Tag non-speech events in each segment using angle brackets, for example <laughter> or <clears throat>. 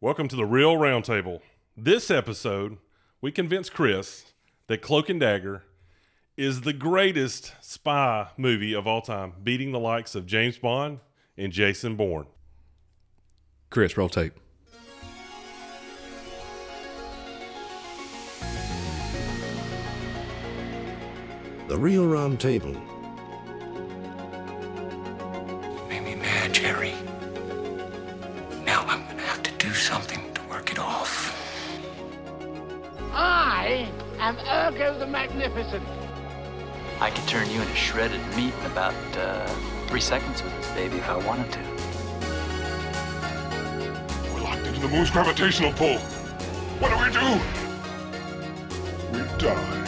Welcome to the Real Roundtable. This episode, we convince Chris that Cloak and Dagger is the greatest spy movie of all time, beating the likes of James Bond and Jason Bourne. Chris, roll tape. The Real Round Table. made me mad, Jerry. Now I'm gonna have to do something to work it off. I am Ergo the Magnificent. I could turn you into shredded meat in about uh, three seconds with this baby if I wanted to. We're locked into the moon's gravitational pull. What do we do? We die.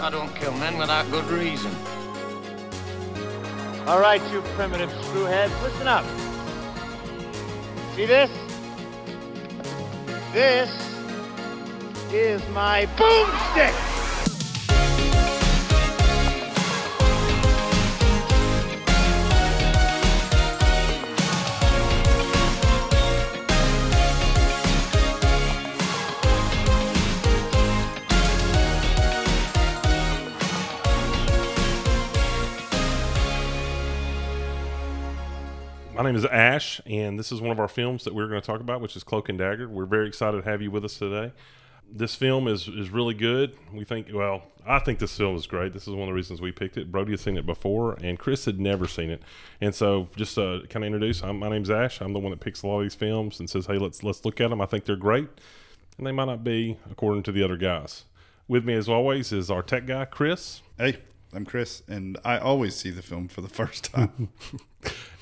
I don't kill men without good reason. All right, you primitive screwheads, listen up. See this? This is my boomstick. My name is Ash, and this is one of our films that we're going to talk about, which is Cloak and Dagger. We're very excited to have you with us today. This film is, is really good. We think, well, I think this film is great. This is one of the reasons we picked it. Brody had seen it before, and Chris had never seen it. And so, just to kind of introduce, I'm, my name's Ash. I'm the one that picks a lot of these films and says, hey, let's let's look at them. I think they're great, and they might not be according to the other guys. With me, as always, is our tech guy, Chris. Hey, I'm Chris, and I always see the film for the <laughs> first <laughs> time.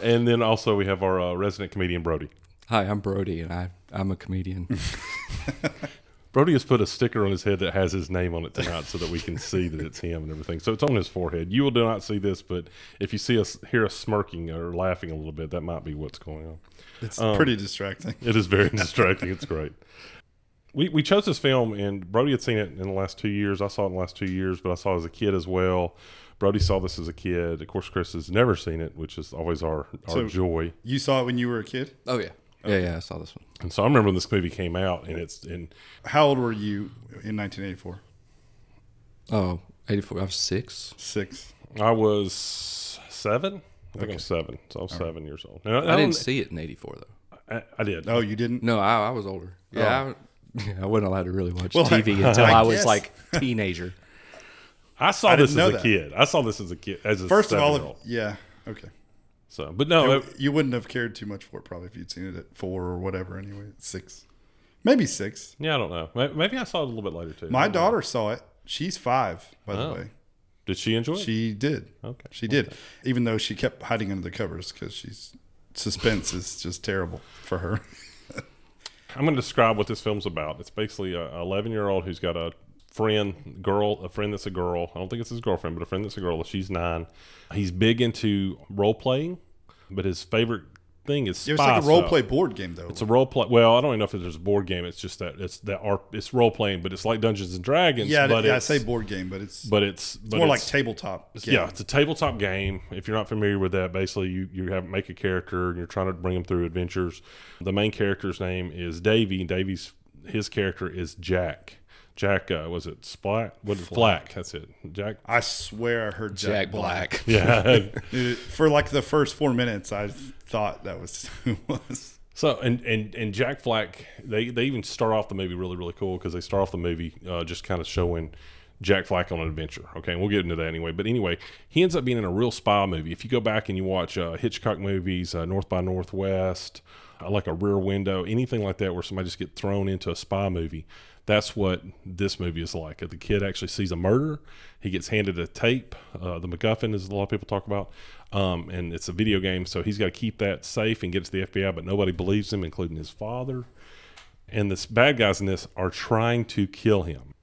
And then also, we have our uh, resident comedian, Brody. Hi, I'm Brody, and I, I'm a comedian. Brody has put a sticker on his head that has his name on it tonight, so that we can see that it's him and everything. So it's on his forehead. You will do not see this, but if you see us hear us smirking or laughing a little bit, that might be what's going on. It's Um, pretty distracting. It is very <laughs> distracting. It's great. We, we chose this film, and Brody had seen it in the last two years. I saw it in the last two years, but I saw it as a kid as well. Brody saw this as a kid. Of course, Chris has never seen it, which is always our, our So- joy. You saw it when you were a kid. oh yeah, yeah, yeah. I saw this one. And so I remember when this movie came out, and it's and How old were you in 1984? Oh, 84. I was six. Six. I was seven. I think I was seven. So I was seven years old. And I don't- didn't see it in '84 though. I, I did. Oh, you didn't. No, I, I was older. Yeah, I, I wasn't allowed to really watch Well, I- TV until I I, was guess. like teenager. I saw I didn't this as know a that. kid. I saw this as a kid. As a First of all, seven-year-old. if- yeah. Okay. so but no, Oh, it- You wouldn't have cared too much for it probably if you'd seen it at four or whatever. Anyway, at six, maybe six. yeah, I don't know. May- Maybe I saw it a little bit later too. I My don't know. daughter saw it. She's five, by Oh. the way. did she enjoy it? She did. Okay. She did. Even though she kept hiding under the covers because she's suspense is just terrible <laughs> for her. I'm going to describe what this film's about. It's basically a 11 year old who's got a friend, girl, a friend that's a girl. I don't think it's his girlfriend, but a friend that's a girl. She's nine. He's big into role playing, but his favorite thing is spy It was like a role stuff. play board game though. It's a role play. Well, I don't even know if there's a board game. It's just that it's that are it's role playing, but it's like Dungeons and Dragons. Yeah, but yeah I it's, say board game, but it's but it's but more like it's- tabletop. it's- yeah, it's a tabletop game. If you're not familiar with that, basically you you have make a character and you're trying to bring them through adventures. The main character's name is Davy. Davy's his character is Jack. Jack uh, was it Splat? What Flack? That's it. Jack. I swear I heard Jack, Jack Black. <laughs> Black. Yeah. <laughs> Dude, for like the first four minutes, I thought that was <laughs> who it was. So and and and Jack Flack, they they even start off the movie really really cool because they start off the movie uh, just kind of showing Jack Flack on an adventure. Okay, and we'll get into that anyway. But anyway, he ends up being in a real spy movie. If you go back and you watch uh, Hitchcock movies, uh, North by Northwest, uh, like a Rear Window, anything like that, where somebody just get thrown into a spy movie. That's what this movie is like. The kid actually sees a murder. He gets handed a tape. Uh, the MacGuffin, as a lot of people talk about, um, and it's a video game, so he's got to keep that safe and get it to the FBI. But nobody believes him, including his father. And this bad guys in this are trying to kill him.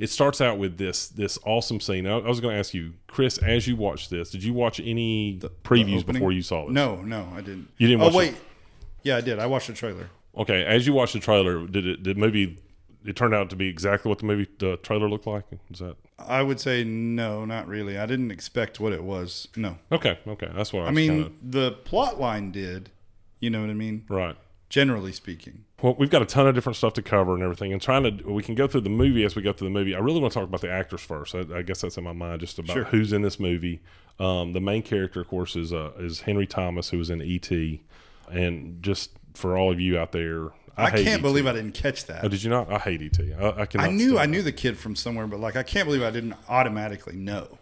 It starts out with this this awesome scene. I, I was going to ask you, Chris, as you watched this, did you watch any previews Opening- before you saw this? No, no, I didn't. You didn't Oh watch wait, it? yeah, I did. I watched the trailer. Okay, as you watched the trailer, did it did maybe it turned out to be exactly what the movie the trailer looked like? Is that I would say no, not really. I didn't expect what it was. No, okay? Okay, that's what I, I was mean kinda- the plot line did. You know what I mean? right? generally speaking. Well, we've got a ton of different stuff to cover and everything, and trying to we can go through the movie as we go through the movie. I really want to talk about the actors first. I, I guess that's in my mind just about Sure. who's in this movie. Um, the main character, of course, is uh, is Henry Thomas, who was in ET, and just for all of you out there, I, I, hate can't E.T. believe I didn't catch that. Oh, did you not? I hate ET. I, I, cannot I knew I stand it. knew the kid from somewhere, but like I can't believe I didn't automatically know.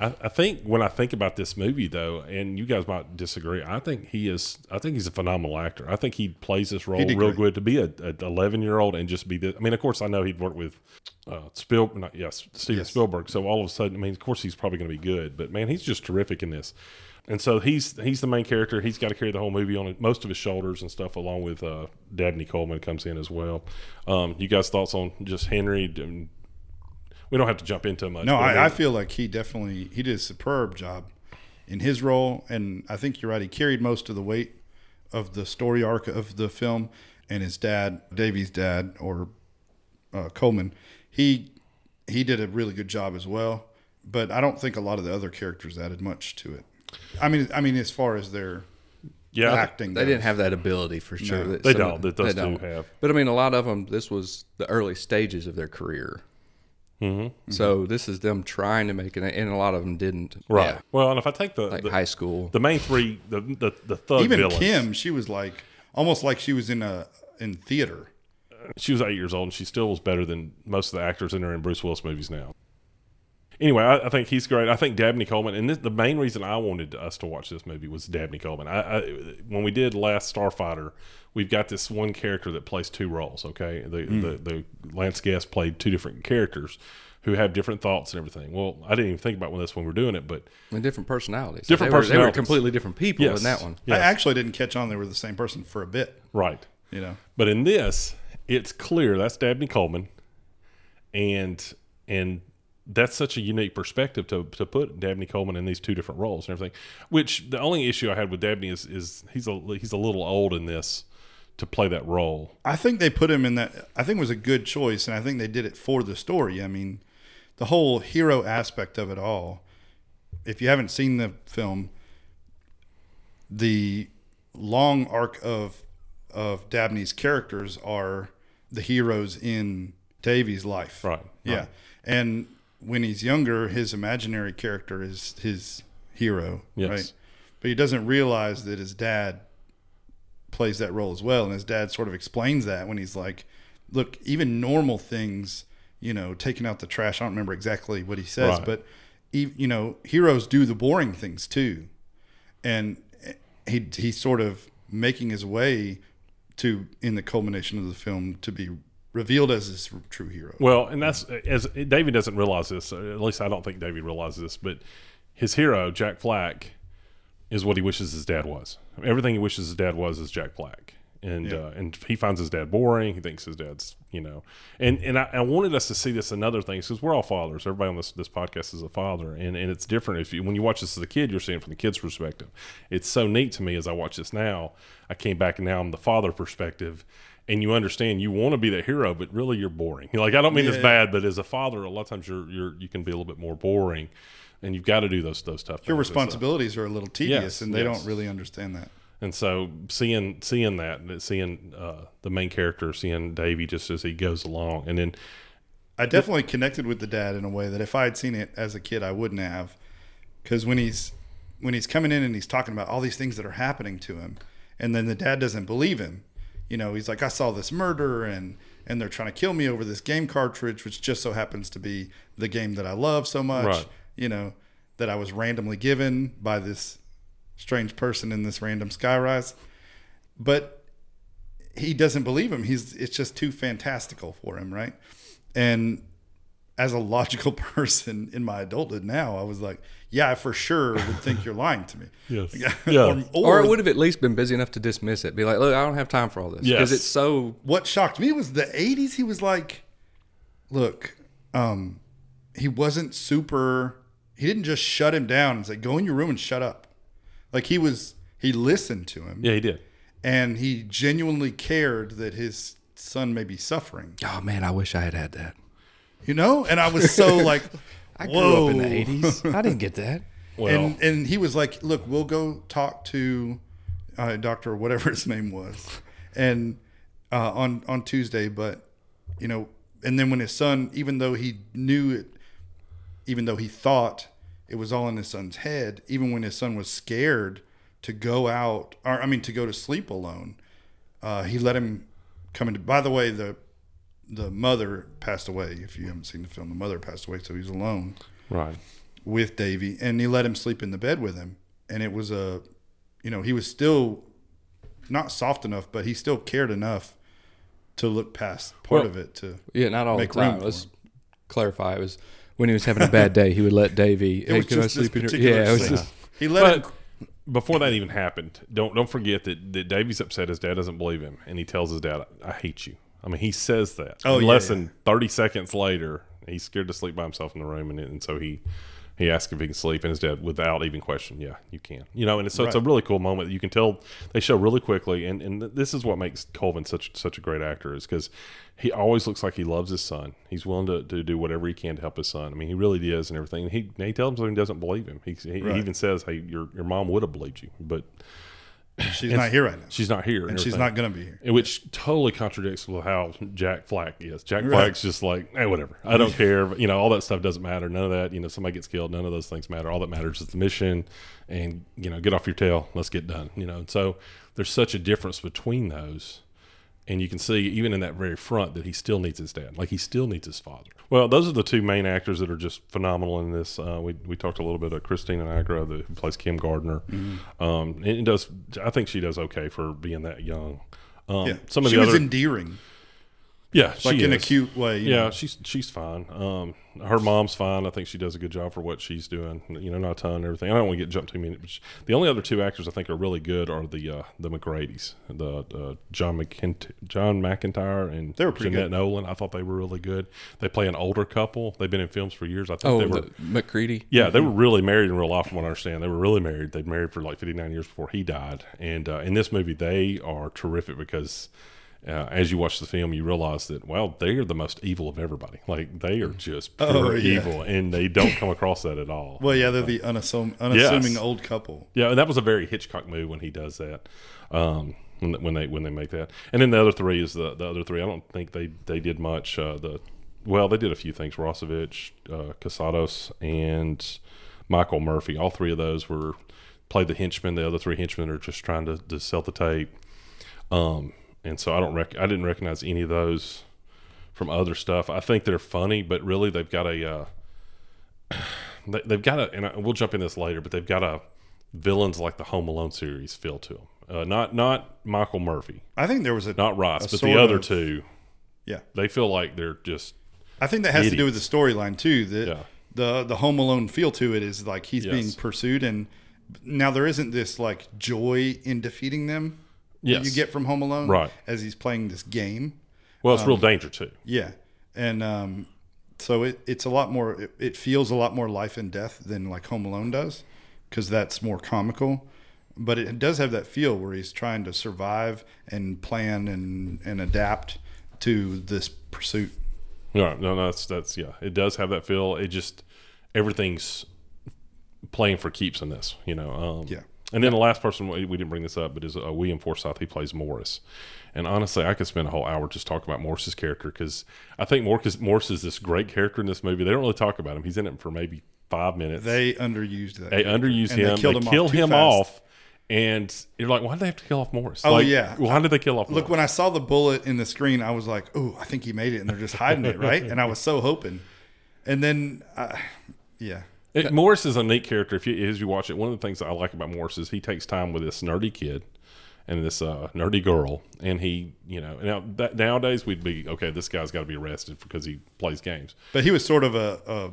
I, I think when I think about this movie, though, and you guys might disagree, I think he is. I think he's a phenomenal actor. I think he plays this role did real great. good to be a a eleven year old and just be the. I mean, of course, I know he'd worked with uh, Spiel, not, yes, Steven Yes. Spielberg. So all of a sudden, I mean, of course, he's probably going to be good, but man, he's just terrific in this. And so he's he's the main character. He's got to carry the whole movie on most of his shoulders and stuff, along with uh, Dabney Coleman comes in as well. Um, you guys thoughts on just Henry? Um, We don't have to jump into much. No, but mean- I, I feel like he definitely he did a superb job in his role, and I think you're right. He carried most of the weight of the story arc of the film, and his dad, Davy's dad, or uh, Coleman, he he did a really good job as well. But I don't think a lot of the other characters added much to it. I mean, I mean, as far as their yeah, I- acting, They goes. didn't have that ability for sure. that They some of don't, that those two have. But I mean, a lot of them. This was the early stages of their career. Mm-hmm. So this is them trying to make it, and a lot of them didn't. Right. Yeah. Well, and if I take the, Like the high school. the main three, the the, the thug even villains, Kim, she was like almost like she was in a in theater. she was eight years old, and she still was better than most of the actors in her in Bruce Willis movies now. Anyway, I, I think he's great. I think Dabney Coleman, and this, the main reason I wanted us to watch this movie was Dabney Coleman. I, I when we did last Starfighter, we've got this one character that plays two roles. Okay, the Hmm. the, the Lance Guest played two different characters who have different thoughts and everything. Well, I didn't even think about this when we were doing it, but and different personalities. Different they were- They were personalities. completely different people yes, in that one. yes, I actually didn't catch on they were the same person for a bit. right. You know, But in this, it's clear that's Dabney Coleman, and and that's such a unique perspective to to put Dabney Coleman in these two different roles and everything. Which the only issue I had with Dabney is is he's a he's a little old in this to play that role. I think they put him in that. I think it was a good choice, and I think they did it for the story. I mean, the whole hero aspect of it all. If you haven't seen the film, the long arc of of Dabney's characters are the heroes in Davy's life. Right, right. Yeah. And when he's younger, his imaginary character is his hero. Yes. Right. But he doesn't realize that his dad plays that role as well. And his dad sort of explains that when he's like, look, even normal things, you know, taking out the trash, I don't remember exactly what he says, Right. but, e- you know, heroes do the boring things too. And he, he's sort of making his way to, in the culmination of the film, to be revealed as this true hero. Well, and that's as David doesn't realize this. uh, At least I don't think David realizes this. But his hero, Jack Flack, is what he wishes his dad was. Everything he wishes his dad was is Jack Flack, and uh, and he finds his dad boring. He thinks his dad's you know, and and I, I wanted us to see this in other things because we're all fathers. Everybody on this this podcast is a father, and and it's different if you when you watch this as a kid, you're seeing it from the kid's perspective. It's so neat to me as I watch this now. I came back and now I'm the father perspective. And you understand you want to be the hero, but really you're boring. <laughs> You're like I don't mean it's bad, but as a father, a lot of times you're you're you can be a little bit more boring, and you've got to do those those tough. Your things. It's, uh, responsibilities are a little tedious Yes, and they yes. don't really understand that. and so seeing seeing that, seeing uh, the main character, seeing Davy just as he goes along, and then I definitely connected with the dad in a way that if I had seen it as a kid, I wouldn't have. Because when he's when he's coming in and he's talking about all these things that are happening to him, and then the dad doesn't believe him. You know, he's like, "I saw this murder, and and they're trying to kill me over this game cartridge, which just so happens to be the game that I love so much. Right. You know, that I was randomly given by this strange person in this random skyrise." But he doesn't believe him. He's it's just too fantastical for him, right? And as a logical <laughs> person in my adulthood now, I was like, yeah, I for sure would think you're lying to me. Yes. or, <laughs> Yeah. or, Or it would have at least been busy enough to dismiss it. Be like, look, I don't have time for all this because Yes. it's so what shocked me was the 80s. He was like, look, um, he wasn't super. He didn't just shut him down and say, go in your room and shut up. Like he was, he listened to him yeah, he did. and he genuinely cared that his son may be suffering. Oh man, I wish I had had that. you know and i was <laughs> so like I grew whoa up in the '80s. <laughs> I didn't get that. Well, and <laughs> and he was like look we'll go talk to uh, doctor whatever his name was and uh, on on Tuesday. But you know, and then when his son, even though he knew it, even though he thought it was all in his son's head, even when his son was scared to go out, or I mean, to go to sleep alone, uh, he let him come into. By the way, the the mother passed away. If you haven't seen the film, the mother passed away, so he's alone Right. with Davy, and he let him sleep in the bed with him. And it was a, you know, he was still not soft enough, but he still cared enough to look past part Well- of it. To Yeah, not all Make the room time. for Let's him. clarify. It was when he was having a bad day, he would let Davey. it hey, was can I just this sleep in your? particular Yeah, it was scene. just. he let him. But before that even happened, don't don't forget that that Davy's upset. His dad doesn't believe him, and he tells his dad, "I hate you." I mean, he says that. Oh, And yeah, Less yeah. than thirty seconds later, he's scared to sleep by himself in the room, and, and so he he asks if he can sleep, and his dad, without even question, yeah, you can. You know, and it's, so it's a Right. really cool moment. You can tell they show really quickly, and and th- this is what makes Colvin such such a great actor is because he always looks like he loves his son. He's willing to, to do whatever he can to help his son. I mean, he really is, and everything. And he he tells him he doesn't believe him. He, he Right. even says, "Hey, your your mom would have believed you, but She's not here right now, she's not here, and she's everything." not going to be here. Which totally contradicts with how Jack Flack is. Jack Right. Flack's just like, hey, whatever. I don't care. <laughs> You know, all that stuff doesn't matter. None of that. You know, somebody gets killed. None of those things matter. All that matters is the mission, and you know, get off your tail. Let's get done. You know, and so there's such a difference between those, and you can see even in that very front that he still needs his dad. Like he still needs his father. Well, those are the two main actors that are just phenomenal in this. Uh, we we talked a little bit of Christina Agra, the, who plays Kim Gardner, Mm-hmm. um, and, and does I think she does okay for being that young. Um, Yeah, some of she the was other, endearing, yeah, like she in a is. cute way. you Yeah, know. she's she's fine. Um, her mom's fine. I think she does a good job for what she's doing. You know, not a ton and everything. I don't want to get jumped too many. But she- the only other two actors I think are really good are the uh, the McGrady's, the uh, John McInt- John McIntyre and They were pretty Jeanette good. Nolan. I thought they were really good. They play an older couple. They've been in films for years. I think Oh, they were. the McCready. Yeah, Mm-hmm. they were really married in real life, from what I understand. They were really married. They married for like 59 years before he died. And uh, in this movie, they are terrific because uh, as you watch the film, you realize that, well, they are the most evil of everybody. Like, they are just pure Oh, yeah. evil, and they don't come across that at all. Well, yeah, they're the unassum- unassuming Yes. old couple. Yeah, and that was a very Hitchcock move when he does that. Um, when, when they when they make that, and then the other three is the, the other three. I don't think they they did much. Uh, the well, they did a few things: Rosovich, uh, Casados, and Michael Murphy. All three of those were played the henchmen. The other three henchmen are just trying to, to sell the tape. Um, and so I don't rec- I didn't recognize any of those from other stuff. I think they're funny, but really they've got a uh, <sighs> they, they've got a and I, we'll jump in this later, but they've got a villains like the Home Alone series feel to them. Uh, not not Michael Murphy, I think there was a not Ross, a but Uh, sort the other of- two. Yeah, They feel like they're just I think that has to do with the storyline too. That Yeah. the the Home Alone feel to it is like he's being Yes. pursued, and now there isn't this like joy in defeating them Yes. that you get um, from Home Alone, Right. As he's playing this game, well, it's real danger too. yeah, and um, so it, it's a lot more. It, it feels a lot more life and death than like Home Alone does, because that's more comical. But it does have that feel where he's trying to survive and plan and and adapt to this pursuit. No, no, no, that's that's yeah. It does have that feel. It just everything's playing for keeps in this, you know. Um, Yeah. And then the last person we we didn't bring this up, but is uh, William Forsythe. He plays Morris, and honestly, I could spend a whole hour just talking about Morris's character because I think Morris Morris is this great character in this movie. They don't really talk about him. He's in it for maybe five minutes. They underused that. they underuse and him. They killed they him kill off too him fast. off, and you're like, why did they have to kill off Morris? Oh, Like, yeah. Why did they kill off? Look, Morris? when I saw the bullet in the screen, I was like, "Oh, I think he made it," and they're just hiding it, right? And I was so hoping. And then, I, yeah, It, Morris is a neat character. If you as you watch it, one of the things that I like about Morris is he takes time with this nerdy kid and this uh, nerdy girl, and he, you know, now that, nowadays we'd be okay. This guy's got to be arrested because he plays games. but he was sort of a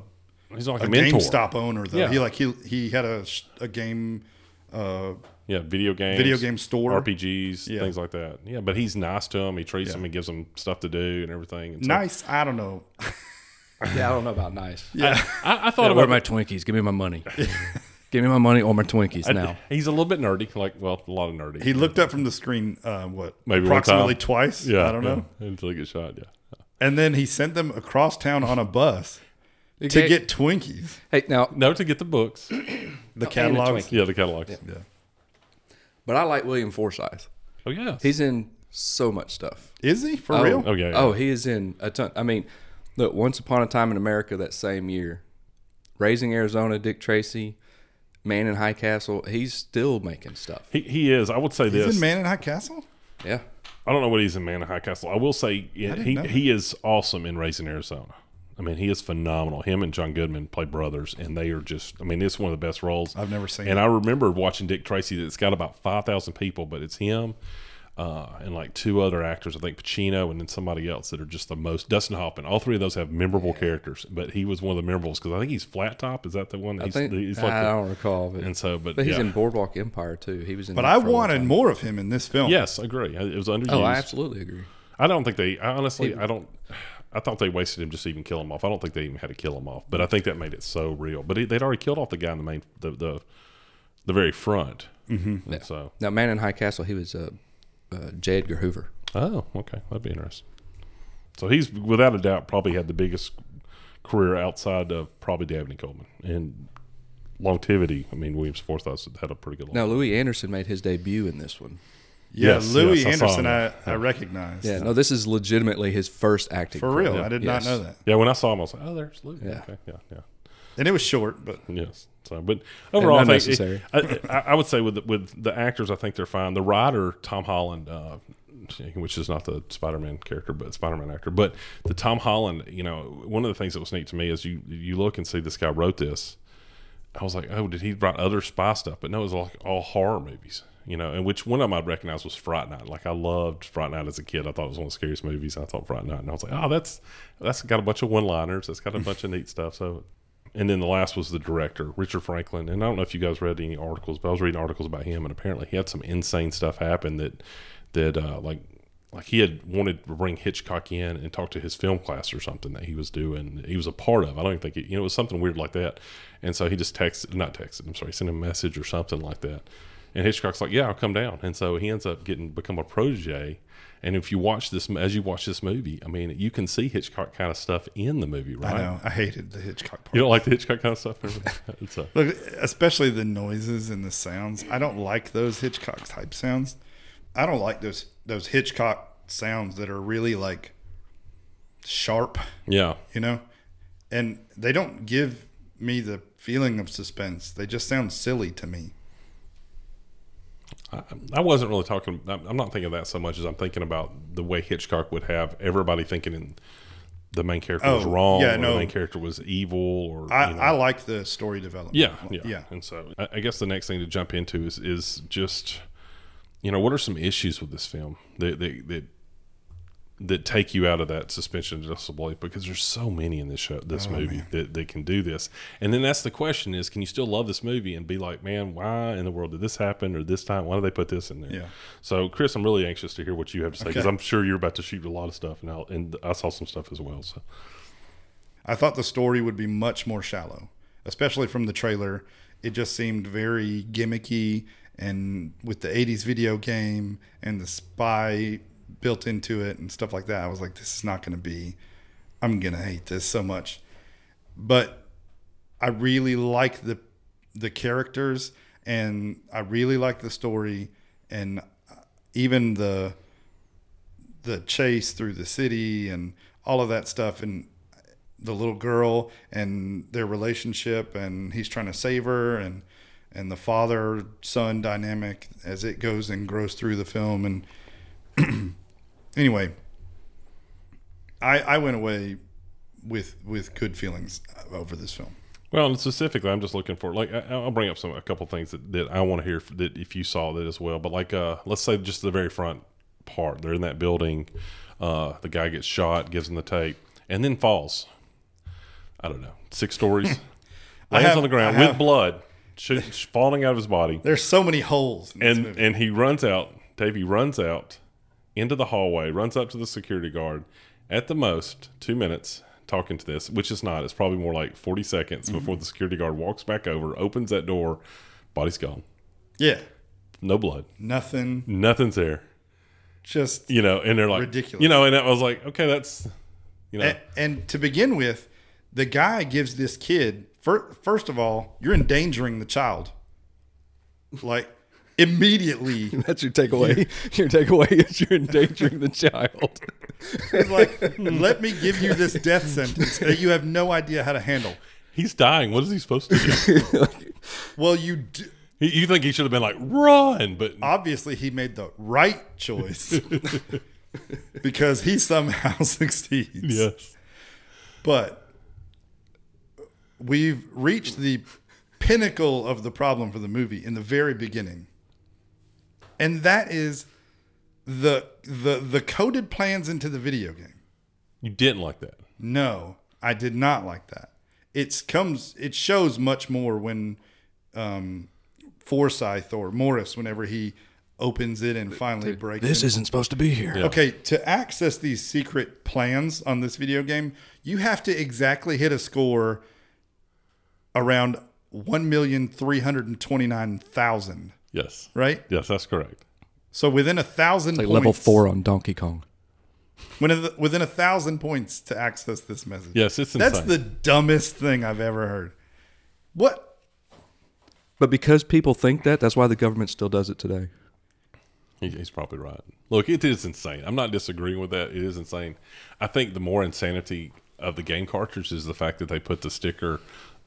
He's like a, a, a mentor. GameStop owner, though. Yeah. He like he he had a sh- a game. Uh, yeah, video games, Video game store. RPGs, Yeah. things like that. Yeah, but he's nice to him. He treats him and gives him stuff to do and everything. And so- nice. I don't know. Yeah, I don't know about nice. I, I thought Yeah, about where are my Twinkies? Give me my money. <laughs> Give me my money or my Twinkies now. <laughs> He's a little bit nerdy, like well, a lot of nerdy. He looked up from the screen. Uh, what? Maybe one approximately time. twice. yeah, I don't know. yeah, until he gets shot. Yeah. And then he sent them across town on a bus to Okay. get Twinkies. hey now, No, to get the books. The and a catalogs. Twinkie. Yeah, the catalogs. Yeah. but I like William Forsythe. Oh yes, He's in so much stuff. Is he for real? Oh, yeah, yeah. Oh, he is in a ton. I mean, look, Once Upon a Time in America that same year, Raising Arizona, Dick Tracy, Man in High Castle. He's still making stuff. He, he is. I would say He's this. in Man in High Castle. Yeah. I don't know what he's in Man in High Castle. I will say it, he know that. he is awesome in Racing Arizona. I mean, he is phenomenal. Him and John Goodman play brothers, and they are just. I mean, it's one of the best roles I've never seen And it. I remember watching Dick Tracy. That's got about five thousand people, but it's him uh, and like two other actors. I think Pacino and then somebody else that are just the most. Dustin Hoffman. All three of those have memorable characters, but he was one of the memorables because I think he's Flat Top. Is that the one? That I he's, think he's I the- don't recall, but, and so, but, but he's yeah. in Boardwalk Empire too. He was in. But that I for a long wanted time. more of him in this film. Yes, I agree. I- It was underused. Oh, I absolutely agree. I don't think they. I honestly, I don't. I thought they wasted him just to even kill him off. I don't think they even had to kill him off, but I think that made it so real. But it, they'd already killed off the guy in the main, the the, the very front. Mm-hmm. So, Now, Man in High Castle, he was uh, uh, J. Edgar Hoover. oh, okay, that'd be interesting. So he's without a doubt probably had the biggest career outside of probably Dabney Coleman and longevity. I mean, Williams Forsyth had a pretty good. Now, Louis Anderson made his debut in this one. Yeah, Yes, Louis yes, I saw Anderson, I, that. I recognized. Yeah, no, this is legitimately his first acting. for real, credit. I did Yes. not know that. yeah, when I saw him, I was like, oh, there's Luke. Yeah. Okay, yeah, yeah. And it was short, but Yes. So, but overall, I think unnecessary. I, I, I would say with the, with the actors, I think they're fine. The writer, Tom Holland, uh, which is not the Spider-Man character, but Spider-Man actor, but the Tom Holland, you know, one of the things that was neat to me is you you look and see this guy wrote this. I was like, oh, did he write other spy stuff? But no, it was like all horror movies, you know. And which one of them I'd recognize was Fright Night. Like I loved Fright Night as a kid. I thought it was one of the scariest movies. I thought Fright Night, and I was like, oh, that's that's got a bunch of one-liners. That's got a bunch of neat stuff. So, and then the last was the director, Richard Franklin. And I don't know if you guys read any articles, but I was reading articles about him, and apparently he had some insane stuff happen that that uh, like. Like he had wanted to bring Hitchcock in and talk to his film class or something that he was doing. He was a part of. I don't even think it, you know it was something weird like that. And so he just texted, not texted. I'm sorry, sent him a message or something like that. And Hitchcock's like, "Yeah, I'll come down." And so he ends up getting become a protege. And if you watch this, as you watch this movie, I mean, you can see Hitchcock kind of stuff in the movie, right? I know I hated the Hitchcock part. You don't like the Hitchcock kind of stuff? <laughs> it's a, Look, especially the noises and the sounds. I don't like those Hitchcock type sounds. I don't like those those Hitchcock sounds that are really like sharp, yeah. you know? And they don't give me the feeling of suspense. They just sound silly to me. I, I wasn't really talking. I'm I'm not thinking of that so much as I'm thinking about the way Hitchcock would have everybody thinking in the main character was Oh, wrong, yeah, or no. the main character was evil, or I, you know. I like the story development. Yeah, yeah, Yeah. And so, I, I guess the next thing to jump into is is just, you know, what are some issues with this film that that that, that take you out of that suspension of disbelief? Because there's so many in this show, this Oh, movie that that can do this. And then that's the question: is can you still love this movie and be like, man, why in the world did this happen? Or this time, why did they put this in there? Yeah. So, Chris, I'm really anxious to hear what you have to say because Okay. I'm sure you're about to shoot a lot of stuff, and I and I saw some stuff as well. So, I thought the story would be much more shallow, especially from the trailer. It just seemed very gimmicky and with the 80s video game and the spy built into it and stuff like that. I was like, this is not going to be, I'm going to hate this so much. But I really like the the characters and I really like the story and uh, even the the chase through the city and all of that stuff and the little girl and their relationship and he's trying to save her and and the father son dynamic as it goes and grows through the film and <clears throat> anyway I I went away with with good feelings over this film. Well, and specifically, I'm just looking for like I, I'll bring up some a couple things that, that I want to hear f- that if you saw that as well. But like, uh, let's say just the very front part. They're in that building. Uh, the guy gets shot, gives him the tape, and then falls. I don't know, six stories. lands have- on the ground <laughs> I with have- blood, shoot, falling out of his body, There's so many holes in this and movie. and he runs out. Davey runs out into the hallway, runs up to the security guard. At the most, two minutes talking to this, which is not. It's probably more like forty seconds Mm-hmm. before the security guard walks back over, opens that door, body's gone, yeah, no blood, nothing. nothing's there. Just You know, and they're like Ridiculous. Eh. You know, and I was like, okay, that's you know, and, and to begin with, the guy gives this kid fir- first of all, you're endangering the child. Like immediately. That's your takeaway. <laughs> your takeaway is you're endangering the child. He's like, let me give you this death sentence that you have no idea how to handle. He's dying. What is he supposed to <laughs> do? Well, you d- You- you think he should have been like run, but obviously he made the right choice because he somehow <laughs> succeeds. yes, But we've reached the pinnacle of the problem for the movie in the very beginning. And that is the the the coded plans into the video game. you didn't like that. No, I did not like that. It's comes it shows much more when um Forsyth or Morris whenever he opens it and finally breaks it. isn't supposed to be here. Okay, to access these secret plans on this video game, you have to exactly hit a score around 1,329,000, Yes, right? yes, that's correct. So within a thousand Like points, level four on Donkey Kong. within, the- within a thousand points to access this message. Yes, it's That's insane. the dumbest thing I've ever heard. What? But because people think that, that's why the government still does it today. He- He's probably right. Look, it is insane. I'm not disagreeing with that. It is insane. I think the more insanity of the game cartridge is the fact that they put the sticker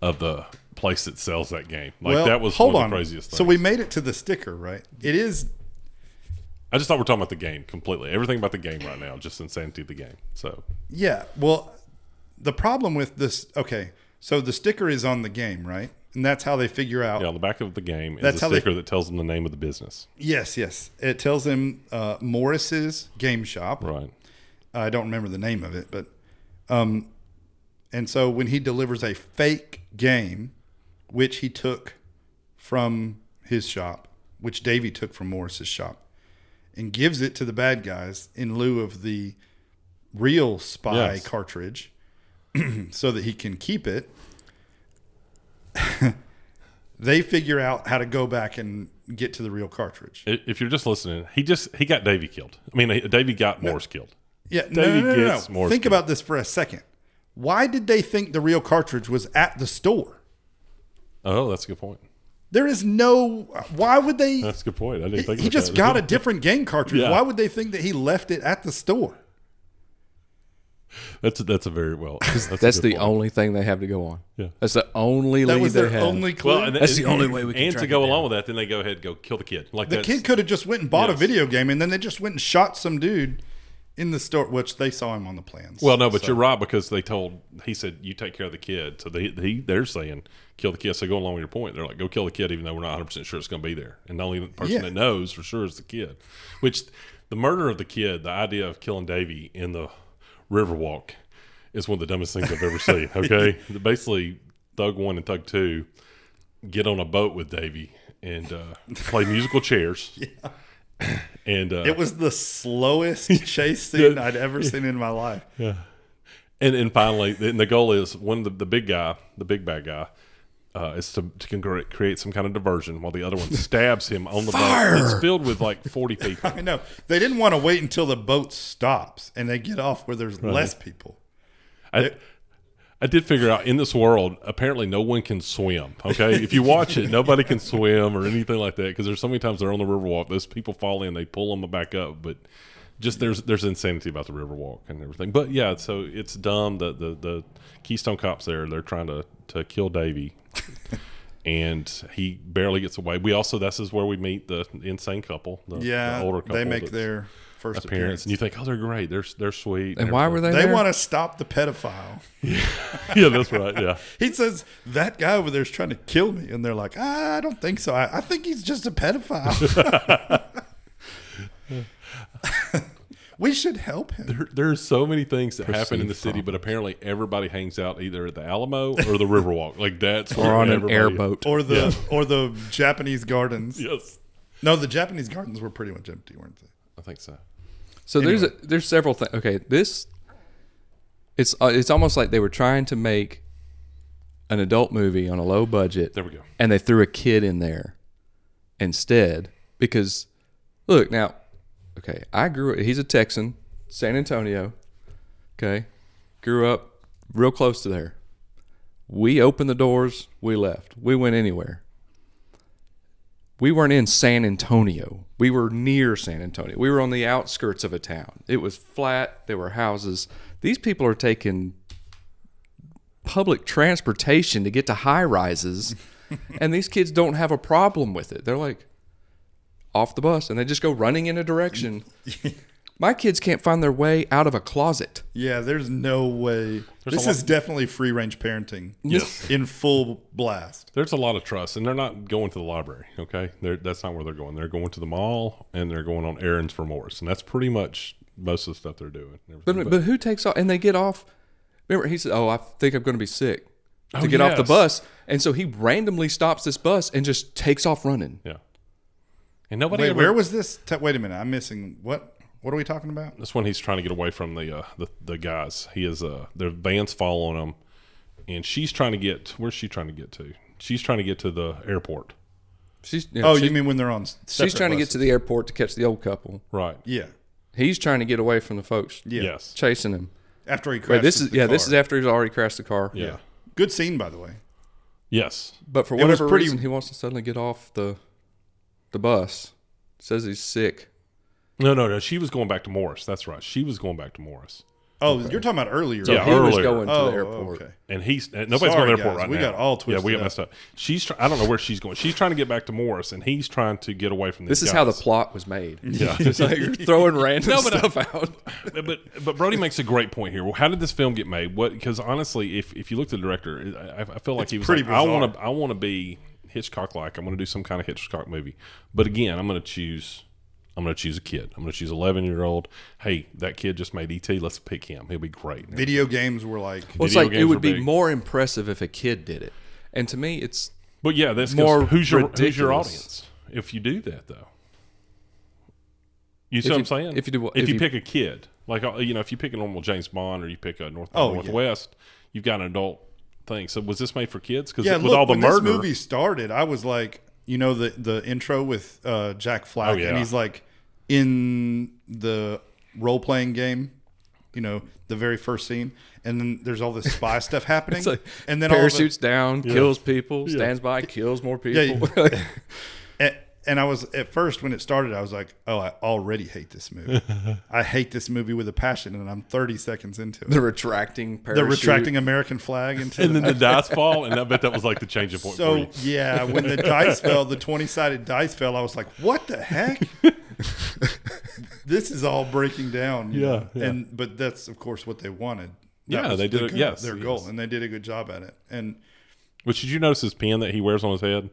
of the place that sells that game. Like well, that was hold one on. of the craziest things. So we made it to the sticker, right? It is I just thought we are talking about the game completely. Everything about the game right now, just insanity of the game. So Yeah. Well, the problem with this, okay, so the sticker is on the game, right? And that's how they figure out. yeah, on the back of the game is That's a how they- sticker that tells them the name of the business. Yes, yes. It tells them uh, Morris's Game Shop. Right. I don't remember the name of it, but um, and so when he delivers a fake game, which he took from his shop, which Davey took from Morris's shop, and gives it to the bad guys in lieu of the real spy Yes. cartridge, <clears throat> so that he can keep it. <laughs> they figure out how to go back and get to the real cartridge. I- If you're just listening, he just he got Davy killed. I mean, Davy got Morse killed. Yeah, no, no, Davey no, no, gets no. more Think skin. about this for a second. Why did they think the real cartridge was at the store? Oh, that's a good point. There is no. Why would they? That's a good point. I didn't he, think he about just that. got a different game cartridge. Yeah. Why would they think that he left it at the store? That's a, that's a very <laughs> well. That's, a That's good the point. only thing they have to go on. Yeah. That's the only That lead was they their have. only clue. Well, and That's that- the only way we can And track to it go down. along with that, then they go ahead and go kill the kid. Like the that's- kid could have just went and bought a Yes. video game, and then they just went and shot some dude in the store, which they saw him on the plans. Well, no, but you're right because they told he said you take care of the kid. So they he they're saying kill the kid. So go along with your point. They're like go kill the kid, even though we're not 100 percent sure it's going to be there. And the only person Yeah. that knows for sure is the kid. Which the murder of the kid, the idea of killing Davy in the Riverwalk, is one of the dumbest things I've ever <laughs> seen. Okay, basically Thug One and Thug Two get on a boat with Davy and uh, play musical chairs. <laughs> And uh, it was <laughs> the slowest chase scene I'd ever seen in my life. And and finally, then the goal is one the, the big guy, the big bad guy, uh, is to to congr- create some kind of diversion while the other one stabs him on the boat. It's filled with like forty people. I know they didn't want to wait until the boat stops and they get off where there's less people. I, I did figure out in this world, apparently no one can swim. Okay, if you watch it, nobody can swim or anything like that because there's so many times they're on the Riverwalk. Those people fall in, they pull them back up, but. Just there's there's insanity about the Riverwalk and everything, but yeah, so it's dumb that the the Keystone cops there they're trying to to kill Davy, and he barely gets away. We also this is where we meet the insane couple, the, the Yeah, older couple. they make that's their appearance, first appearance. and you think, oh, they're great, they're they're sweet, And why were they, They there? want to stop the pedophile. everything. <laughs> yeah, that's right, yeah. He says that guy over there's trying to kill me, and they're like, "Ah, I don't think so. I, I think he's just a pedophile. <laughs> we should help him. There, there are so many things that happen in the city, but apparently everybody hangs out either at the Alamo or the Riverwalk. Like that's or where on an everybody- airboat. Or the or the Japanese gardens. Yes, No, the Japanese gardens were pretty much empty, weren't they? I think so. So there's a, there's several things. Okay, this it's uh, it's almost like they were trying to make an adult movie on a low budget. There we go. And they threw a kid in there instead because look now, okay, I grew. He's a Texan, San Antonio. Okay, grew up real close to there. We opened the doors. We left. We went anywhere. we weren't in San Antonio. We were near San Antonio. We were on the outskirts of a town. It was flat. There were houses. These people are taking public transportation to get to high rises, and these kids don't have a problem with it. They're like off the bus and they just go running in a <laughs> direction. My kids can't find their way out of a closet. Yeah, there's no way. this is definitely free range parenting. Yes. In full blast. There's a lot of trust, and they're not going to the library. Okay, they're, that's not where they're going. They're going to the mall, and they're going on errands for Morris, and that's pretty much most of the stuff they're doing. and everything. But, but who takes off? And they get off. Remember, he said, "Oh, I think I'm going to be sick." To Oh, get off the yes. bus, and so he randomly stops this bus and just takes off running. yeah, and nobody. Wait, ever, where was this? Te- wait a minute. I'm missing. What? What are we talking about? That's when he's trying to get away from the uh, the, the guys. He is uh, their van's following him, and she's trying to get. Where's she trying to get to? She's trying to get to the airport. She's yeah, Oh, she- you mean when they're on? s- she's separate trying to get to buses. the airport to catch the old couple. Right. Yeah. He's trying to get away from the folks Yeah. Yes. chasing him. After he Wait, crashes. this is the yeah, this car. is after he's already crashed the car. Yeah. Good scene, by the way. Yes. But for It was whatever pretty- reason, he wants to suddenly get off the the bus. Says he's sick. No, no, no. She was going back to Morris. That's right. She was going back to Morris, Oh, you're talking about earlier. Yeah. He was earlier. going to Oh, the airport. okay. and he's and nobody's Sorry, going to the airport guys. right We now. got all Yeah, we twisted got up. messed up. She's. Try- I don't know where she's going. She's trying to get back to Morris, and he's trying to get away from. This these is how the guys. plot was made. <laughs> Yeah. <laughs> it's like <laughs> you're throwing random No, but I- <laughs> stuff out. but but- but Brody makes a great point here. Well, how did this film get made? What because honestly, if if you look at the director, I, I feel like he was pretty like, I want to bizarre. I want to be Hitchcock like. I'm going to do some kind of Hitchcock movie. But again, I'm going to choose. I'm going to choose a kid. I'm going to choose 11 year old. Hey, that kid just made ET. Let's pick him. He'll be great. Video games were like. Well, it's Video like it games would are be big. more impressive if a kid did it. And to me, it's But yeah, that's More more who's your who's your ridiculous. audience if you do that though. You see If what you- I'm saying? if you do what- if, if you, you- pick a kid, like uh, you know, if you pick a normal James Bond or you pick a North by Oh, yeah. Northwest, you've got an adult thing. So was this made for kids? Because Yeah, with look, all the when murder, this movie started, I was like, you know, the the intro with uh, Jack Flack, Oh, yeah. and he's like in the role playing game. You know, the very first scene, and then there's all this <laughs> spy stuff happening, it's like and then all of a- parachutes down, kills people, stands by, kills more people. <laughs> Yeah, And, and I was at first when it started, I was like, "Oh, I already hate <laughs> this movie. I hate this movie with a passion." And I'm 30 seconds into the it. <laughs> retracting parachute. They're retracting American flag into and the then the <laughs> dice fall, and I bet that was <laughs> like the changing point. for So you. <laughs> yeah, when the dice fell, the twenty sided dice fell. I was like, "What <laughs> the heck? this is all breaking down." you Yeah, know? yeah. and but that's of course what they wanted. Yeah, was they did the it- go- yes, their yes. goal, and they did a good job at it. And Which did you notice his pin that he wears on his head?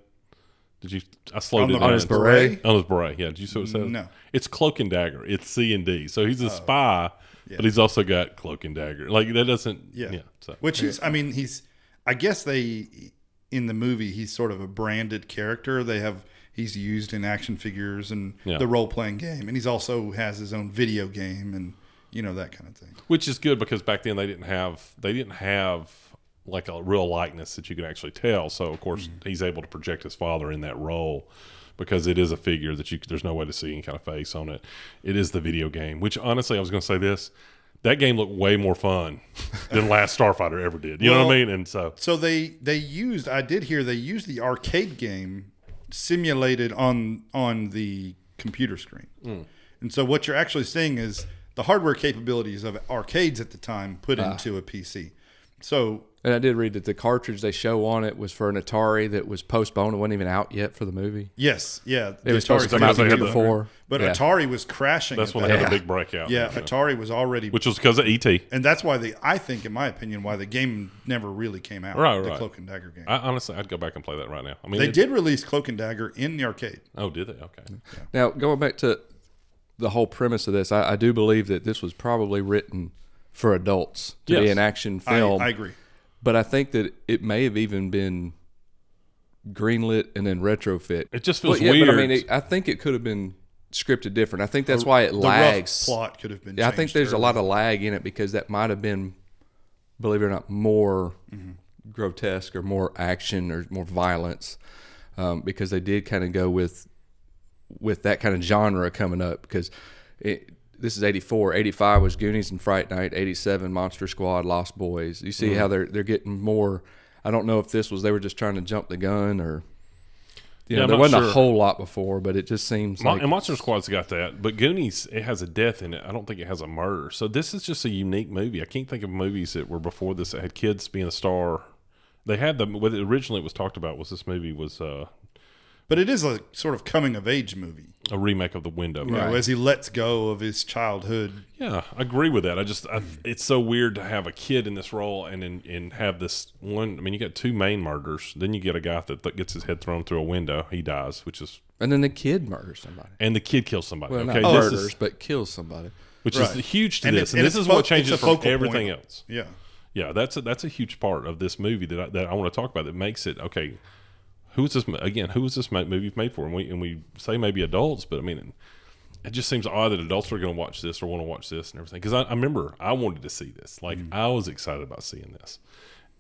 Did you? I slowed On it the- down. on his beret? On his beret. Yeah. Did you see what it says? No. Oh. It's cloak and dagger. It's C and D. So he's a spy, but he's also got cloak and dagger. Like that doesn't. yeah, Yeah. so. which he's, I mean, he's, I guess they in the movie he's sort of a branded character. They have he's used in action figures and Yeah. the role playing game, and he's also has his own video game and you know that kind of thing. which is good because back then they didn't have they didn't have like a real likeness that you could actually tell. So of course Mm-hmm. he's able to project his father in that role because it is a figure that you there's no way to see any kind of face on it. It is the video game, which honestly I was going to say this. That game looked way more <laughs> fun than Last Starfighter ever did. You know what I Well- mean? And so So they they used I did hear they used the arcade game simulated on on the computer screen. Hmm. And so what you're actually seeing is the hardware capabilities of arcades at the time put Ah. into a PC. So And I did read that the cartridge they show on it was for an Atari that was postponed and wasn't even out yet for the movie. yes, yeah, It was supposed to come out the year 3200, before. but Yeah. Atari was crashing. that's at when that they had time. the big breakout. yeah, So- Atari was already, which was because of E ET. and that's why the I think, in my opinion, why the game never really came out. Right, the right. Cloak and Dagger game. I honestly I'd go back and play that right now. I mean they it- did release Cloak and Dagger in the arcade. Oh, did they? Okay. Now, going back to the whole premise of this, I, I do believe that this was probably written for adults to be Yes. an action I, film. I agree. But I think that it may have even been greenlit and then retrofit. It just feels But yeah, But I weird. mean, it, I think it could have been scripted different. I think that's why it The lags. rough plot could have been. Yeah, I think changed there's a early. lot of lag in it because that might have been, believe it or not, more Mm-hmm. grotesque or more action or more violence, um, because they did kind of go with with that kind of genre coming up because it, this is 84 85 was goonies and fright night 87 monster squad lost boys you see Mm-hmm. how they're they're getting more i don't know if this was they were just trying to jump the gun or you Yeah, know, I'm there not wasn't a sure. whole lot before, but it just seems Mo- like and Monster Squad's got that, but Goonies it has a death in it. I don't think it has a murder. So this is just a unique movie. I can't think of movies that were before this that had kids being a star. They had the what it originally was talked about was this movie was uh, But it is a sort of coming of age movie. a remake of The Window. You know, as he lets go of his childhood. Yeah, I agree with that. I just I, it's so weird to have a kid in this role and and, and have this one. I mean, you got two main murders. Then you get a guy that th- gets his head thrown through a window. He dies, which is and then the kid murders somebody. and the kid kills somebody. Well, okay, not this is- murders, but kills somebody. which Right. is huge to And this, it's- and, and this it's is fo- what it's changes a from focal everything point. else. Yeah. Yeah, that's a, that's a huge part of this movie that I, that I want to talk about that makes it okay. Who's this ma- again? Who is this ma- movie made for? And we and we say maybe adults, but I mean, it, just seems odd that adults are going to watch this or want to watch this and everything. Because I, I remember I wanted to see this, like I was excited about seeing this,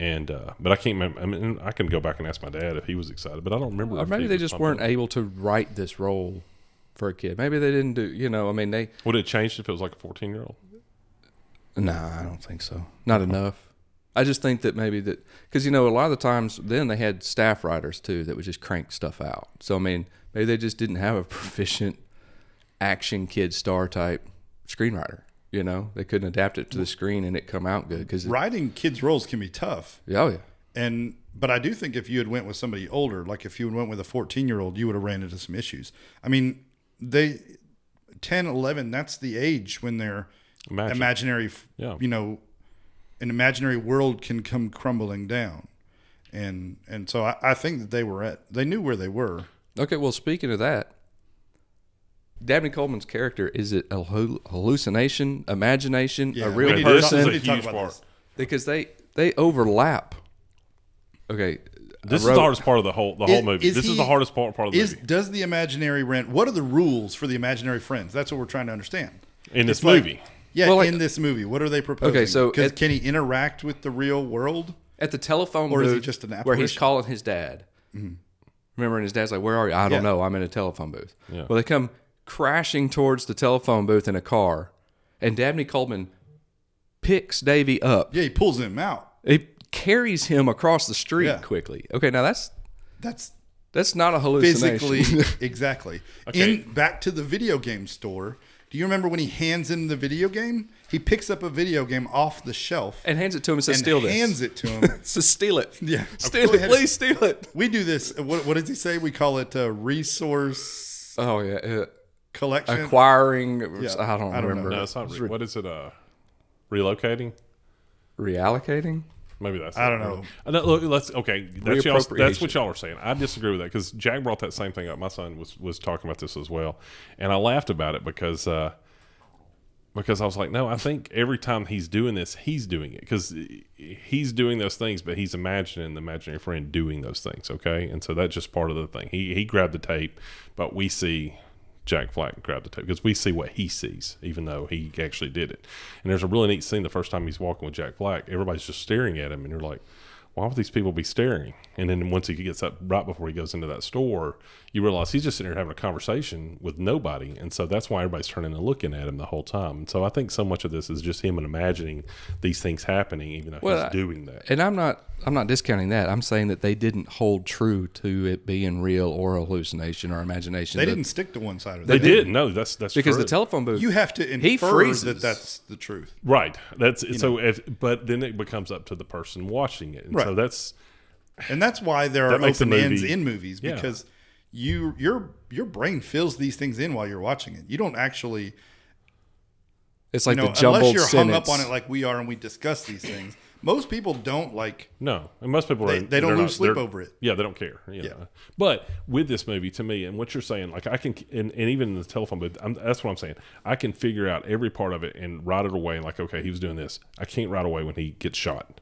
and uh, but I can't remember. I mean, I can go back and ask my dad if he was excited, but I don't remember. Or if maybe he they was just pumped weren't up. able to write this role for a kid. Maybe they didn't do. You know, I mean, they. Would it change if it was like a fourteen-year-old? Nah, I don't think so. Not enough. I just think that maybe that because you know a lot of the times then they had staff writers too that would just crank stuff out. So I mean, maybe they just didn't have a <laughs> proficient action kid star type screenwriter. You know, they couldn't adapt it to the screen and it come out good because Writing kids' roles can be tough. oh yeah, And but I do think if you had went with somebody older, like if you had went with a 14 year old, you would have ran into some issues. I mean, they 10, 11, that's the age when their Imagine. imaginary, f- Yeah. you know, an imaginary world can come crumbling down. And and so I, I think that they were at they knew where they were. Okay, well, speaking of that, Dabney Coleman's character is it a hal- hallucination, imagination, a we real need to this is talk- we a person? need to talk huge about part. this. Because they they overlap. Okay, I This is wrote- the hardest part of the whole the whole Is- movie. is this is he- the hardest part part of the is, movie Does the imaginary rent? What are the rules for the imaginary friends? That's what we're trying to understand. in this It's like- movie. yeah, Well, like- in this movie, what are they proposing? Okay, so 'Cause at- can he interact with the real world? at the telephone Or is booth it just an where he's apparition? Mm-hmm. calling his dad. Remember, and his dad's like, "Where are you?" I don't Yeah. know. I'm in a telephone booth. Well, they come crashing towards the telephone booth in a car, and Dabney Coleman picks Davy up. Yeah, he pulls him out. It carries him across the street Yeah. quickly. Okay, now that's That's That's not a hallucination. physically <laughs> exactly. In back to the video game store. Do you remember when he hands him the video game? He picks up a video game off the shelf and hands it to him and says, and "Steal this." hands it to <laughs> him. So steal it. Yeah. <laughs> Steal Go it. ahead. Please steal it. we do this. What, what does he say? We call it uh, resource Oh yeah. Uh, collection. acquiring. Yeah, I don't uh, I don't remember. No, it's not. Re- what is it? Uh, relocating? Reallocating. Maybe that's. I don't it. know. Uh, no, look, let's okay. That's, y'all, that's Reappropriation. what y'all are saying. I disagree with that because Jack brought that same thing up. My son was was talking about this as well, and I laughed about it because. Uh, because I was like, no, I think every time he's doing this, he's doing it because he's doing those things, but he's imagining the imaginary friend doing those things. Okay, and so that's just part of the thing. He he grabbed the tape, but we see Jack Flack grab the tape because we see what he sees, even though he actually did it. And there's a really neat scene the first time he's walking with Jack Flack. Everybody's just staring at him, and you're like. Why would these people be staring? And then once he gets up, right before he goes into that store, you realize he's just sitting here having a conversation with nobody. And so that's why everybody's turning and looking at him the whole time. And so I think so much of this is just him imagining these things happening, even though Well, I- he's doing that. And I'm not. I'm not discounting that. I'm saying that they didn't hold true to it being real or hallucination or imagination. They The- didn't stick to one side or the They other. did. No, that's that's because true. the telephone booth. You have to He infer freezes. that that's the truth. Right. That's so. If but then it becomes up to the person watching it. And So Right. that's And that's why there That are makes a open ends movie- in movies Yeah. because you your your brain fills these things in while you're watching it. You don't actually It's like you know, the jumbled unless you're sentence. hung up on it like we are and we discuss these things. Most people don't like No, and most people They- are, they don't they're lose sleep they're- over it. Yeah, they don't care. yeah, but with this movie, to me, and what you're saying, like I can, and, and even in the telephone booth, I'm, that's what I'm saying. I can figure out every part of it and write it away. Like, okay, he was doing this. I can't write away when he gets shot.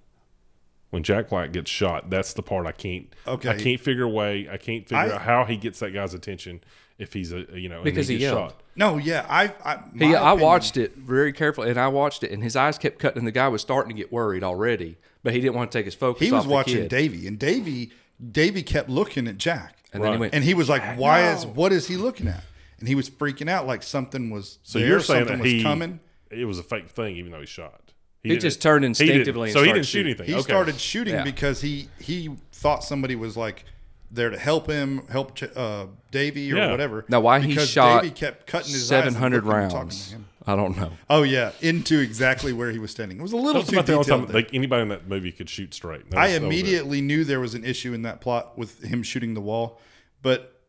When Jack Black gets shot, that's the part I can't. Okay. I can't figure away. I can't figure I- out how he gets that guy's attention if he's a you know and Because he gets yelled. shot. No, yeah, I I, my He, I opinion- watched it very carefully, and I watched it, and his eyes kept cutting. And the guy was starting to get worried already, but he didn't want to take his focus. He was off the watching kid. Davy and Davy Davy kept looking at Jack. and then he went. And he was like, "Why is what is he looking at?" And he was freaking out like something was So there, you're saying something that was he coming. It was a fake thing, even though he shot. He didn't- just turned he didn't- instinctively and so he started didn't shoot shooting. anything. He okay. started shooting Yeah. because he he thought somebody was like there to help him, help Ch- uh, Davy or Yeah. whatever. Now, why he shot Davy kept cutting his eyes and Seven hundred looking and talking rounds. to him. I don't know. Oh yeah, into exactly where he was standing. It was a little That's too about the only detailed. time there. like anybody in that movie could shoot straight. That I was- that was it. immediately knew there was an issue in that plot with him shooting the wall, but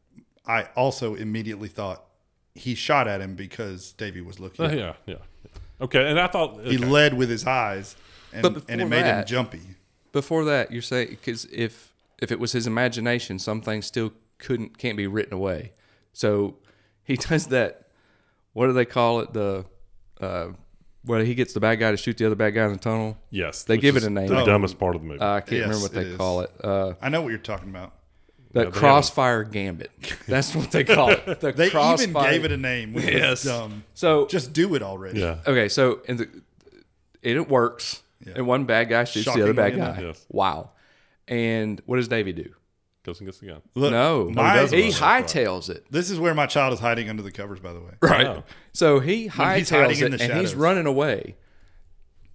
I also immediately thought he shot at him because Davy was looking. Oh, Uh, at him. yeah, yeah. Okay, and I thought uh, He okay. led with his eyes, and, But before and it made him that- jumpy. Before that, you're saying because if if it was his imagination, some things still couldn't can't be written away. So he <laughs> does that. What do they call it? The uh, where he gets the bad guy to shoot the other bad guy in the tunnel. yes, They which give it is a name. The Oh. dumbest part of the movie. I can't remember Yes, what it they is. call it. Uh, I know what you're talking about. the have a- crossfire gambit. <laughs> That's what they call it. The <laughs> They crossfire. even gave it a name. Which Yes. yes. Was dumb. so Just do it already. yeah, okay. So and the, it, it works. And one bad guy shoots the other bad Shockingly enough. guy. Yes. Wow. And what does Davey do? goes and gets the gun. Look, no, my- he hightails it. this is where my child is hiding under the covers. By the way, Right. Oh. So he he's hightails hiding it in and the he's shadows. running away.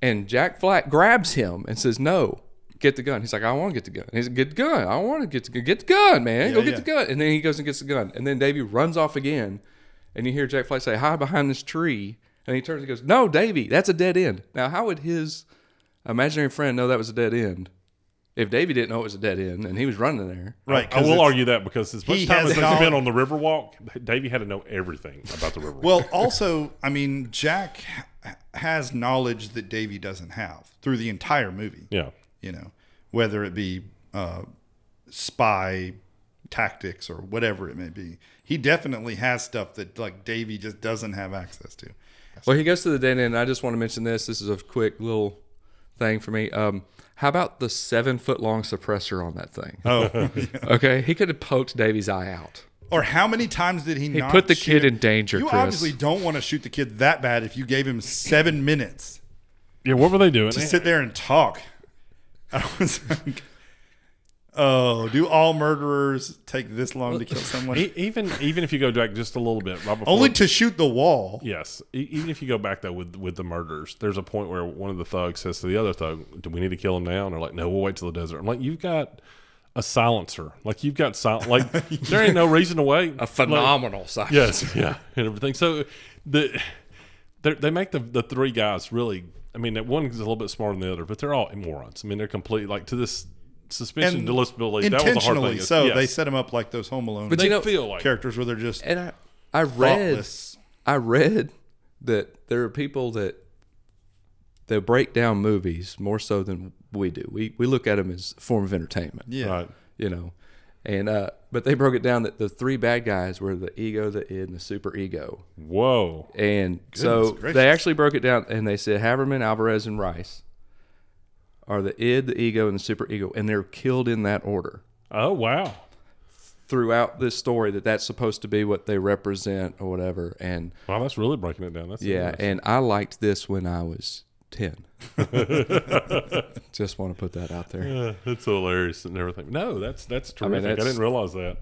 And Jack Flack grabs him and says, "No, get the gun." He's like, "I want to get the gun." And he's like, "Get the gun. I want to get the gun. Get the gun, man. Go get yeah. the gun." And then he goes and gets the gun. And then Davy runs off again. And you hear Jack Flack say, "Hide behind this tree." And he turns and goes, "No, Davy, that's a dead end." Now, how would his imaginary friend know that was a dead end if Davy didn't know it was a dead end and he was running there? right? I 'cause will it's- argue that because as much He time has as it he's all. been on the Riverwalk, Davey had to know everything about the <laughs> Riverwalk. Well, also, I mean, Jack ha- has knowledge that Davy doesn't have through the entire movie. yeah, You know, whether it be uh, spy tactics or whatever it may be, he definitely has stuff that like Davy just doesn't have access to. Well, he goes to the dead end. and I just want to mention this. This is a quick little thing for me. Um, how about the seven foot long suppressor on that thing? Oh, <laughs> okay. He could have poked Davy's eye out. Or how many times did he? He not put the shoot kid in danger, You Chris. obviously don't want to shoot the kid that bad if you gave him seven minutes yeah. What were they doing? to sit there and talk. <laughs> I was like, oh, do all murderers take this long to kill someone? E- even even if you go back just a little bit, right before, Only to shoot the wall. yes, E- even if you go back though with with the murders, there's a point where one of the thugs says to the other thug, "Do we need to kill him now?" And they're like, "No, we'll wait till the desert." I'm like, "You've got." A silencer, like you've got sil- <laughs> like there ain't no reason to wait. A phenomenal sight. Yes, yeah, and everything. So the they they make the the three guys really. I mean, that one is a little bit smarter than the other, but they're all morons. I mean, they're complete like to this suspicion, And delisbility. That was a hard Intentionally, thing. so Yes. they set him up like those Home Alone But you know, feel like characters where they're just and I, I read, thoughtless. I read that there are people that that break down movies more so than we do. We we look at them as a form of entertainment. Yeah, right. you know. And uh, but they broke it down that the three bad guys were the ego, the id, and the super ego. Whoa, And so gracious. they actually broke it down and they said Haverman, Alvarez, and Rice are the id, the ego, and the super ego, and they're killed in that order oh wow, throughout this story. That that's supposed to be what they represent or whatever. And wow, that's really breaking it down. That's yeah, interesting. and I liked this when I was ten. <laughs> Just want to put that out there. Uh, that's hilarious and everything. No, that's that's mean, terrific. I, that's- didn't realize that.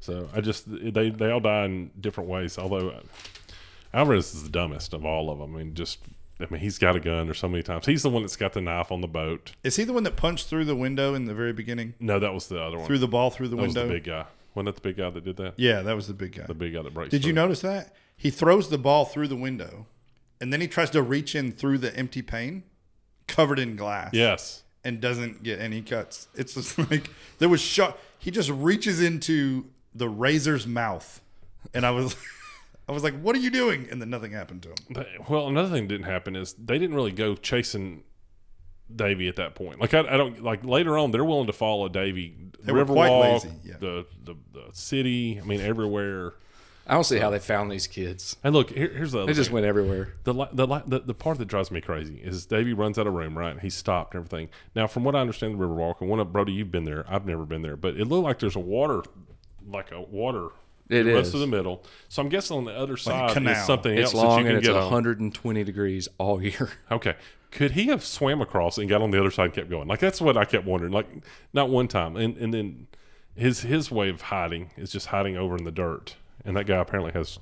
So I just they they all die in different ways. Although uh, Alvarez is the dumbest of all of them. I mean, just I mean, he's got a gun. There's so many times he's the one that's got the knife on the boat. is he the one that punched through the window in the very beginning? No, that was the other one. Threw the ball through the that was window. the big guy. Wasn't that the big guy that did that? yeah, that was the big guy. The big guy that breaks. Did you through. notice that he throws the ball through the window, and then he tries to reach in through the empty pane, covered in glass. Yes. and doesn't get any cuts. It's just <laughs> like there was shot. He just reaches into the razor's mouth, and I was, <laughs> I was like, "What are you doing?" And then nothing happened to him. But- well, another thing that didn't happen is they didn't really go chasing Davy at that point. Like I, I don't like later on they're willing to follow Davy. They were quite Riverwalk, lazy, yeah. the, the the city. I mean, everywhere. I don't see how they found these kids. And look, here, here's the other They just thing. went everywhere. the, li- the, li- the the part that drives me crazy is Davy runs out of room, right? He's stopped and everything. Now, from what I understand, the Riverwalk and one up, Brody, you've been there. I've never been there, but it looked like there's a water, like a water. It It runs is. through the middle. So I'm guessing on the other side is canal. something else It's long that you and can it's get on. 120 degrees all year. <laughs> Okay. Could he have swam across and got on the other side and kept going? Like that's what I kept wondering. Like not one time. And and then his his way of hiding is just hiding over in the dirt. And that guy apparently has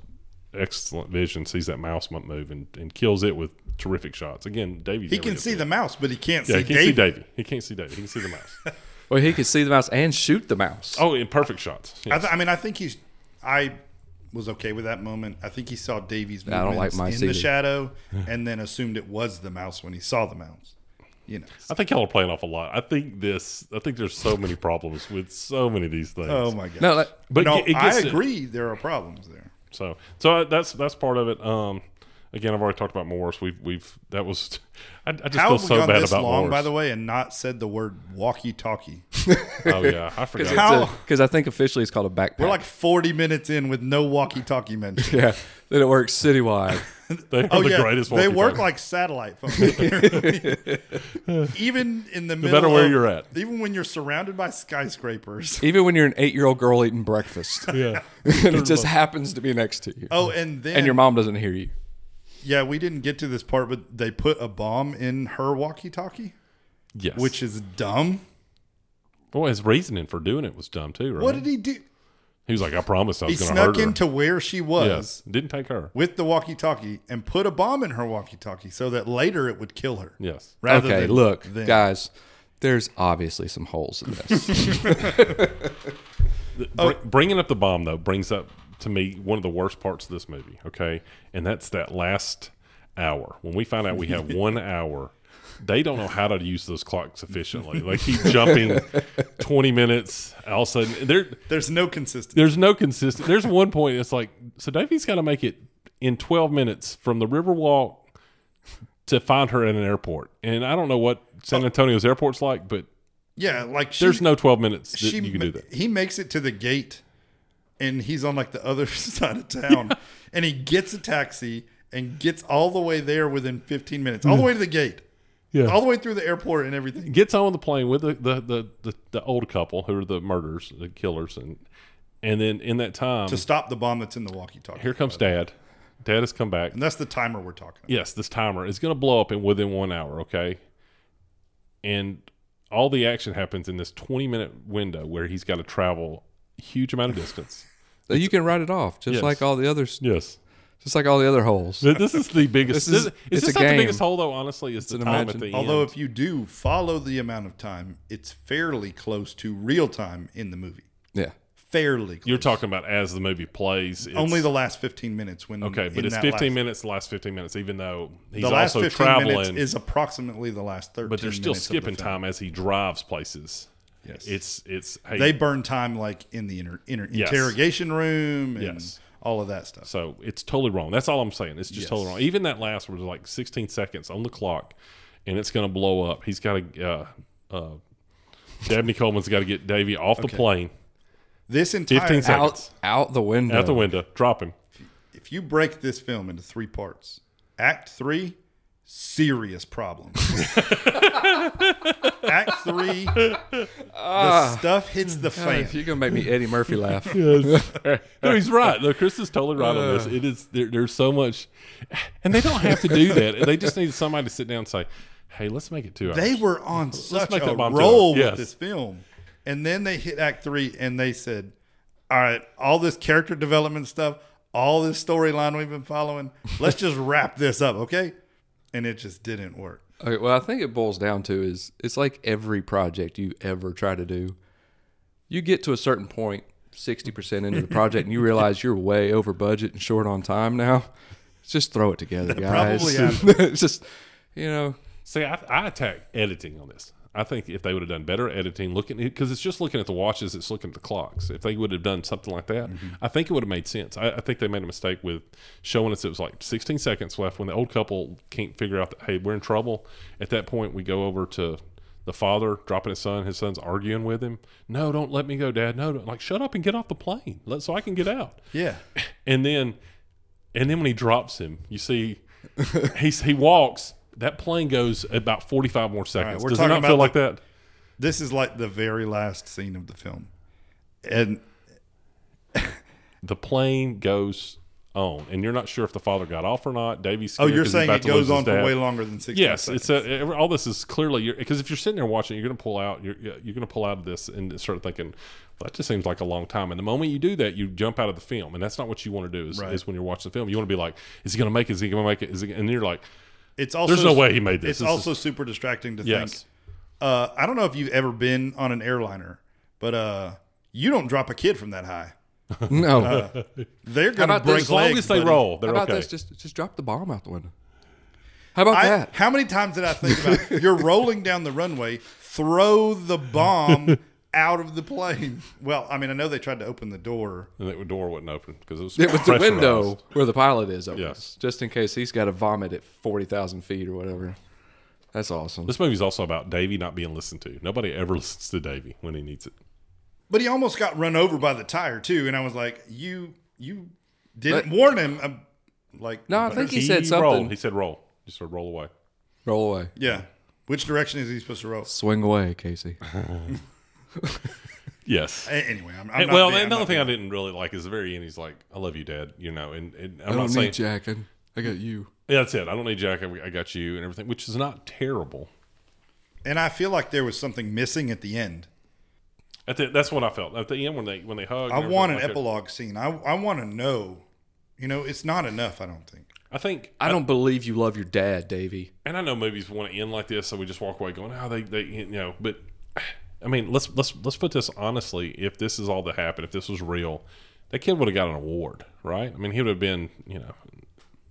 excellent vision, sees that mouse might move and, and kills it with terrific shots. Again, Davey He never can gets see it. the mouse, but he can't Yeah, see he can't Dave. <laughs> see Davey. He can't see Davey. He can see the mouse. Or he could see the mouse and shoot the mouse. Oh, in perfect shots. I, th- I mean, I think he's. I was okay with that moment. I think he saw Davies' I don't like movements my in CD. the <laughs> shadow, and then assumed it was the mouse when he saw the mouse. You know. I think y'all are playing off a lot. I think this. I think there's so many problems with so many of these things. Oh my god. No, like, but no, it, it I gets agree. There are problems there. So, so that's that's part of it. Um, again, I've already talked about Morris. We've we've that was. <laughs> I, I just How feel have we so gone bad this about long, Morris. by the way, and not said the word <laughs> walkie-talkie? Oh yeah, <laughs> I forgot. How- because I think officially it's called a backpack. We're like 40 minutes in with no walkie-talkie mentioned. <laughs> yeah, that it works citywide. They are the greatest. Oh, They work walkie-talkie. like satellite phones. <laughs> even in the middle, matter where of- you're at. even when you're surrounded by skyscrapers. <laughs> Even when you're an eight-year-old girl eating breakfast, <laughs> Yeah. and it just happens to be next to you, Oh, and then and your mom doesn't hear you. Yeah, we didn't get to this part, but they put a bomb in her walkie-talkie, Yes. which is dumb. boy, his reasoning for doing it was dumb too. Right? What did he do? He was like, I promise I He was going to hurt snuck her. into where she yes, was didn't take her. with the walkie-talkie and put a bomb in her walkie-talkie so that later it would kill her. Yes. Rather okay, than look, them. guys, there's obviously some holes in this. Oh. Br- bringing up the bomb though brings up to me one of the worst parts of this movie. Okay, and that's that last hour when we find out we <laughs> have one hour. They don't know how to use those clocks efficiently. They keep jumping twenty minutes. All of a sudden, there There's no consistency. there's no consistent. There's one point. It's like so Davey's got to make it in twelve minutes from the Riverwalk to find her at an airport, and I don't know what San Antonio's airport's like, but Yeah, like Uh, she, there's no twelve minutes that she you can ma- do that. he makes it to the gate and he's on like the other <laughs> side of town and he gets a taxi and gets all the way there within 15 minutes all the way to the gate Yeah. all the way through the airport and everything gets on the plane with the the, the, the the old couple who are the murderers, the killers, and and then in that time, to stop the bomb that's in the walkie-talkie here comes Dad. Dad has come back. and that's the timer we're talking about Yes, this timer is going to blow up in within one hour. Okay, and all the action happens in this twenty minute window where he's got to travel huge amount of <laughs> distance. So you can write it off, just Yes. like all the others, yes. just like all the other holes. Th- This is the biggest. This This is- is, it's this a not the game. biggest hole, though. Honestly, it's the an time at imagine. the end. although if you do follow the amount of time it's fairly close to real time in the movie Yeah, fairly close. you're talking about as the movie plays, it's, only the last 15 minutes when okay, in but it's that 15 last- minutes. The last 15 minutes, even though he's the last also 15 minutes traveling, is approximately the last 13 but they're still minutes of the skipping film. time as he drives places. Yes. It's it's hey, they burn time like in the inter, inter, Yes. interrogation room and Yes. all of that stuff. so it's totally wrong. That's all I'm saying. It's just totally wrong. Even that last was like 16 seconds on the clock, and it's going to blow up. He's got to. Uh, uh, Dabney Coleman's got to get Davy off the plane. This entire 15 seconds. out out the window. Out the window, drop him. if you break this film into three parts, Act Three, <laughs> serious problems. Act Three, the stuff hits the fan. You're gonna make me Eddie Murphy <laughs> laugh. no, he's right. No, Chris is totally right on this. It is there, there's so much, and they don't have to do that. They just need somebody to sit down and say, "Hey, let's make it two hours." They were on such make a that bomb roll too. Yes. with this film, and then they hit Act Three, and they said, "All right, all this character development stuff, all this storyline we've been following, <laughs> let's just wrap this up, okay?" And it just didn't work. Okay, well, I think it boils down to is it's like every project you ever try to do. You get to a certain point, 60% into the project, and you realize you're way over budget and short on time now. <laughs> Just throw it together, guys. <laughs> probably it's just, you know, See, I, I attack editing on this. I think if they would have done better editing, looking because it's just looking at the watches, it's looking at the clocks. If they would have done something like that, I think it would have made sense. I, I think they made a mistake with showing us it was like 16 seconds left when the old couple can't figure out that hey, we're in trouble. At that point, we go over to the father dropping his son. His son's arguing with him. No, don't let me go, Dad. No, don't. like shut up and get off the plane, let, so I can get out. Yeah. And then, and then when he drops him, you see, he he walks. That plane goes about forty five more seconds. we're Does it talking not feel about like the- that? This is like the very last scene of the film. And The plane goes on, and you're not sure if the father got off or not. Davey's oh, scared you're 'cause he's saying about it to lose goes his on for dad. way longer than 60 Yes, it's a, every- all this is clearly because if you're sitting there watching, you're going to pull out. You're you're going to pull out of this and start thinking, well, that just seems like a long time. And the moment you do that, you jump out of the film, and that's not what you want to do. Is, Right. is when you're watching the film, you want to be like, is he going to make it? Is he going to make it? Is he? And you're like, it's also There's no way he made this. It's This also super distracting to yes. think Uh, I don't know if you've ever been on an airliner, but uh, you don't drop a kid from that high. No. They're How gonna about this? break As long legs. as they buddy. roll, How they're about Uh, okay. this? Just just drop the bomb out the window. How about I- that? how many times did I think about it? you're rolling down the runway, throw the bomb out of the plane? Well, I mean, I know they tried to open the door. and the door wasn't open because it was It was the pressurized. window where the pilot is open. Yes. Just in case he's got to vomit at 40,000 feet or whatever. That's awesome. This movie's also about Davy not being listened to. Nobody ever <laughs> listens to Davy when he needs it. But he almost got run over by the tire too, and I was like, "You, you didn't warn him." i like, No, I but- think he said something. Rolled. He said roll. Just said roll away. Roll away. yeah. Which direction is he supposed to roll? Swing away, Casey. Yes. A- Anyway, I'm, I'm And- not well, being- I'm another not thing I being- didn't really like is the very end. He's like, "I love you, Dad," you know, and, and I'm I not don't saying need Jack. I, I got you. yeah, that's it. I don't need Jack. I, I got you and everything, which is not terrible. and I feel like there was something missing at the end. At the, that's what I felt at the end when they when they hugged. I and want an everything, like, epilogue scene. I, I want to know. You know, it's not enough. I don't think. I think I don't believe you love your dad, Davey. and I know movies want to end like this, so we just walk away going, "Oh, they, they, you know." But I mean, let's let's let's put this honestly. If this is all that happened, if this was real, that kid would have got an award, right? I mean, he would have been, you know.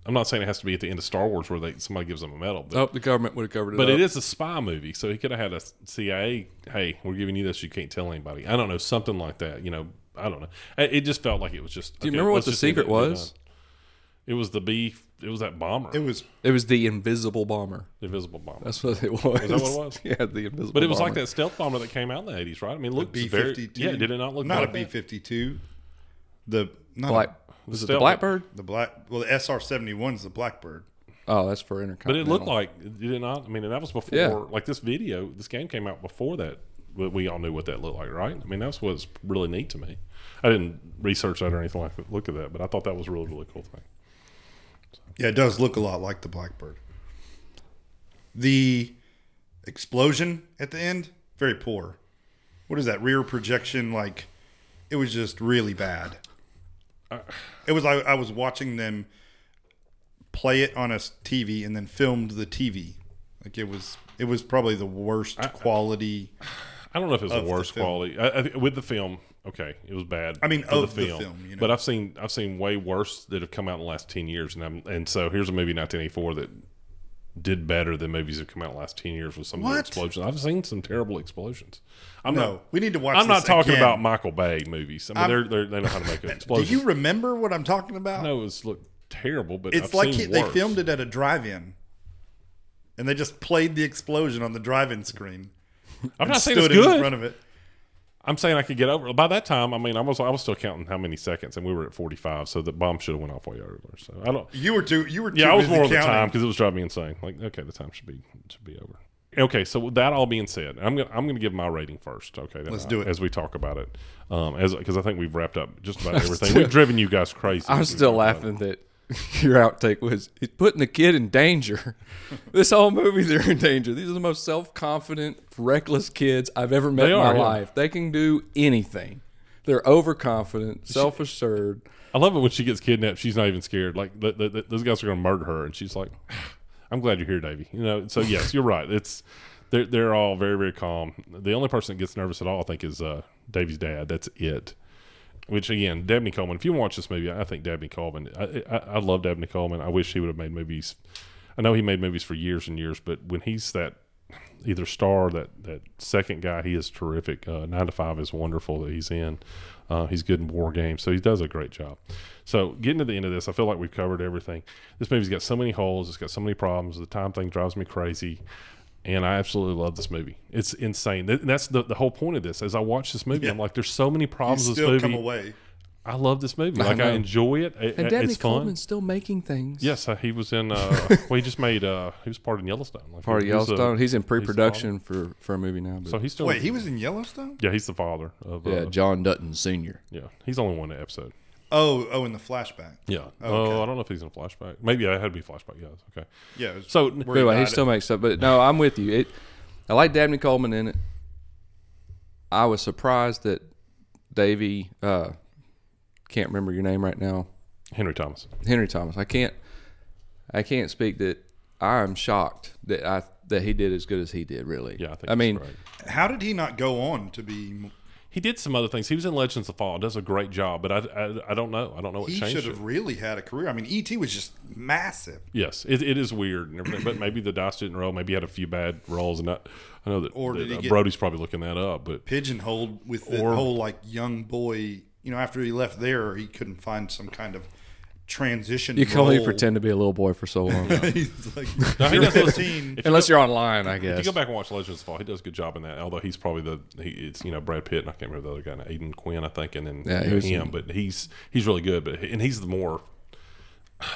I'm not saying it has to be at the end of Star Wars where they somebody gives him a medal, but, Oh, the government would have covered it but up. it is a spy movie, so he could have had a CIA. Hey, we're giving you this. You can't tell anybody. I don't know, something like that. You know, I don't know. I- It just felt like it was just. Do you remember what the secret was? It was the B. It was that bomber, It was It was the invisible bomber. the invisible bomber. That's what it was. Was that what it was? <laughs> yeah, the invisible But it was like bomber. that stealth bomber that came out in the eighties, right? I mean, look, B very fifty two. yeah. Did it not look not like a that? B fifty two? The not a- Black, was it the Stealth- Blackbird? the black. Well, the SR seventy one is the Blackbird. Oh, that's for But intercontinental. it looked like did it not? I mean, and that was before Yeah. like this video, this game came out before that. But we all knew what that looked like, right? I mean, that's what's really neat to me. I didn't research that or anything like that. Look at that, but I thought that was a really really cool thing. Yeah, it does look a lot like the Blackbird. The explosion at the end very poor. What is that rear projection like? It was just really bad. It was like I was watching them play it on a s- TV and then filmed the TV. Like it was, it was probably the worst quality. I don't know if it's the Of the worst film. quality I, I, think- with the film. Okay, it was bad. I mean, for of the film, you know. But I've seen I've seen way worse that have come out in the last ten years, and I'm, and so here's a movie 1984 that did better than movies that come out in the last ten years with some of the What? explosions. I've seen some terrible explosions. I'm No, not. we need to watch. I'm not this talking again. about Michael Bay movies. I mean, they're, they're they know how to make an Do <laughs> explosion. you remember what I'm talking about? know it was looked terrible, but It's I've like seen he, they worse. filmed it at a drive-in, and they just played the explosion on the drive-in screen. I'm and not saying it's stood good. in front of it. I'm saying I could get over. By that time, I mean I was I was still counting how many seconds, and we were at 45, so the bomb should have went off way earlier. So I don't. You were too. You were. Yeah, too I was busy more on the counting. time because it was driving me insane. Like, okay, the time should be should be over. Okay, so with that all being said, I'm gonna I'm gonna give my rating first. Okay, Let's uh, do it. as we talk about it, um, as because I think we've wrapped up just <laughs> about everything. We've driven you guys crazy. I'm We've still talked about laughing that <laughs> your outtake was he's putting the kid in danger. <laughs> this whole movie, they're in danger. These are the most self confident, reckless kids I've ever met They in are, my yeah. life. They can do anything. They're overconfident, self assured. it. I love it when she gets kidnapped. She's not even scared. Like th th th those guys are gonna murder her, and she's like, <sighs> "I'm glad you're here, Davy." You know. So yes, you're right. It's they're they're all very very calm. The only person that gets nervous at all, I think, is uh, Davy's dad. That's it. which again, Dabney Coleman. If you watch this movie, I think Dabney Coleman. I, I, I love Dabney Coleman. I wish he would have made movies. I know he made movies for years and years, but when he's that either star, that that second guy, he is terrific. Uh, Nine to Five is wonderful that he's in. Uh, he's good in war games, so he does a great job. So getting to the end of this, I feel like we've covered everything. This movie's got so many holes. It's got so many problems. The time thing drives me crazy and I absolutely love this movie. It's insane. Th- That's the, the whole point of this. As I watch this movie, I'm like, there's so many problems with this Still movie. come away. I love this movie. Like I, know. enjoy it. I- I- And Danny it's fun. Coleman's still making things. Yes, uh, he was in. Uh, <laughs> well, he just made. Uh, he was part in Yellowstone. Like, Part of he was the- Yellowstone. He's in the pre production father. for, for a movie now. But so he's still. Wait, he was in Yellowstone. Yeah, he's the father of. yeah, Uh, John Dutton Sr. yeah, he's only one episode. Oh, oh, in the flashback. Yeah. Oh, okay. I don't know if he's in a flashback. Maybe I had to be a flashback. Yeah. Okay. Yeah. it was So- where But he anyway, he died still makes stuff. But no, I'm with you. It. I like Dabney Coleman in it. I was surprised that Davey, uh, can't remember your name right now. Henry Thomas. Henry Thomas. I can't I can't speak that I'm shocked that I that he did as good as he did. Really, Yeah, I think I that's mean, right. How did he not go on to be? He did some other things. He was in Legends of Fall. Does a great job, but I, I, I don't know. I don't know what He changed. should it. have really had a career. I mean, ET was just massive. Yes, it, it is weird and everything, but maybe the dice didn't roll. Maybe he had a few bad rolls, and I, I know that, Or did that, he uh, get- Brody's probably looking that up. But Pigeonholed with the whole like young boy. You know, after he left there, he couldn't find some kind of transition. you can only role. pretend to be a little boy for <laughs> so long, <laughs> He's like No, he "You're does those- <laughs> 15." if you unless go, you're online, I guess. if you go back and watch Legends of Fall, he does a good job in that. Although he's probably the he, it's you know Brad Pitt and I can't remember the other guy, Aiden Quinn, I think, and then you Yeah, he know, was- him. But he's he's really good. But and he's the more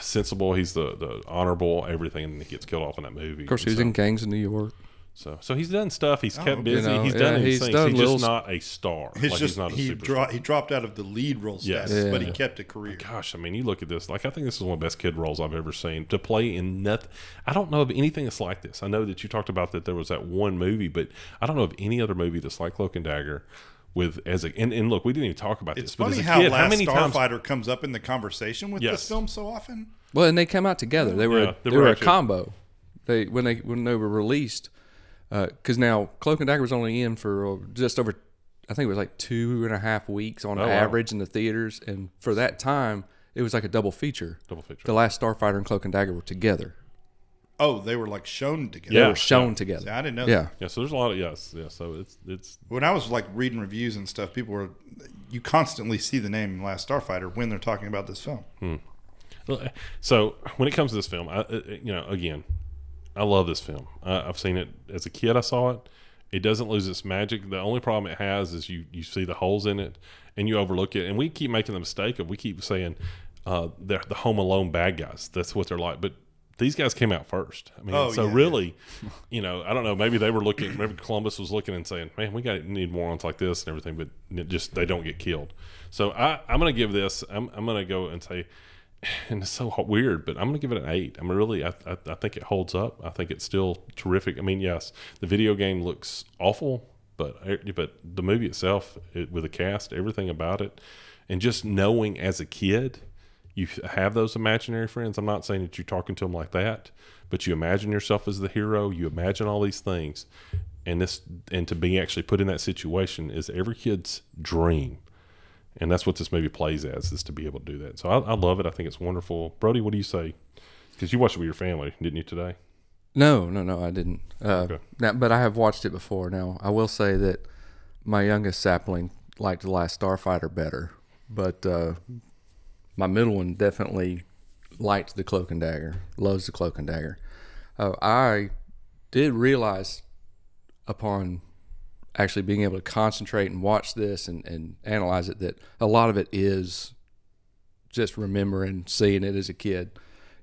sensible. He's the the honorable everything, and he gets killed off in that movie. of course, he was in gangs in New York. So, so he's done stuff. He's kept busy. know, he's yeah, done his he's things. done he's little just s- not a star. Oh. He's like just he's not a he, superstar. dro- he dropped out of the lead role Yes. Oh status, but he Yeah. kept a career. Gosh, I mean, you look at this. Like, I think this is one of the best kid roles I've ever seen to play in nothing. I don't know of anything that's like this. I know that you talked about that there was that one movie, but I don't know of any other movie that's like Cloak and Dagger. With as a and, and look, we didn't even talk about It's this. But funny as a how kid, Last how many times? Starfighter comes up in the conversation with Yes. this film so often. Well, and they come out together. They were Yeah, they, they were, were a actually- combo. They when they when they were released, because now Cloak and Dagger was only in for uh, just over, I think it was like two and a half weeks on Oh, wow. average in the theaters, and for that time, it was like a double feature. Double feature. The Last Starfighter and Cloak and Dagger were together. Oh, they were like shown together. Yeah. They were shown together. See, I didn't know. yeah. that. Yeah, so there's a lot of yes, yeah. So it's it's When I was like reading reviews and stuff, people were you constantly see the name Last Starfighter when they're talking about this film. uh, So when it comes to this film, I, uh, you know, again, I love this film. I, I've seen it as a kid. I saw it. It doesn't lose its magic. The only problem it has is you you see the holes in it and you overlook it. And we keep making the mistake of we keep saying uh, they're the Home Alone bad guys. That's what they're like. But these guys came out first. I mean, Oh, so yeah, really, you know, I don't know. Maybe they were looking. Maybe Columbus was looking and saying, "Man, we got need more ones like this and everything." But it just they don't get killed. So I, I'm going to give this. I'm, I'm going to go and say and it's so h- weird, but I'm gonna give it an eight. I'm really, I, I, I think it holds up. I think it's still terrific. I mean, yes, the video game looks awful, but e- but the movie itself, it, with the cast, everything about it, and just knowing as a kid, you f- have those imaginary friends. I'm not saying that you're talking to them like that, but you imagine yourself as the hero. You imagine all these things, and this and to be actually put in that situation is every kid's dream and that's what this movie plays as is to be able to do that. So I, I love it. I think it's wonderful. Brody, what do you say? Because you watched it with your family, didn't you today? No, no, no, I didn't. Uh, now, but I have watched it before. Now, I will say that my youngest sapling liked The Last Starfighter better, but uh, my middle one definitely liked The Cloak and Dagger, loves The Cloak and Dagger. Uh, I did realize upon actually being able to concentrate and watch this and, and analyze it that a lot of it is just remembering seeing it as a kid.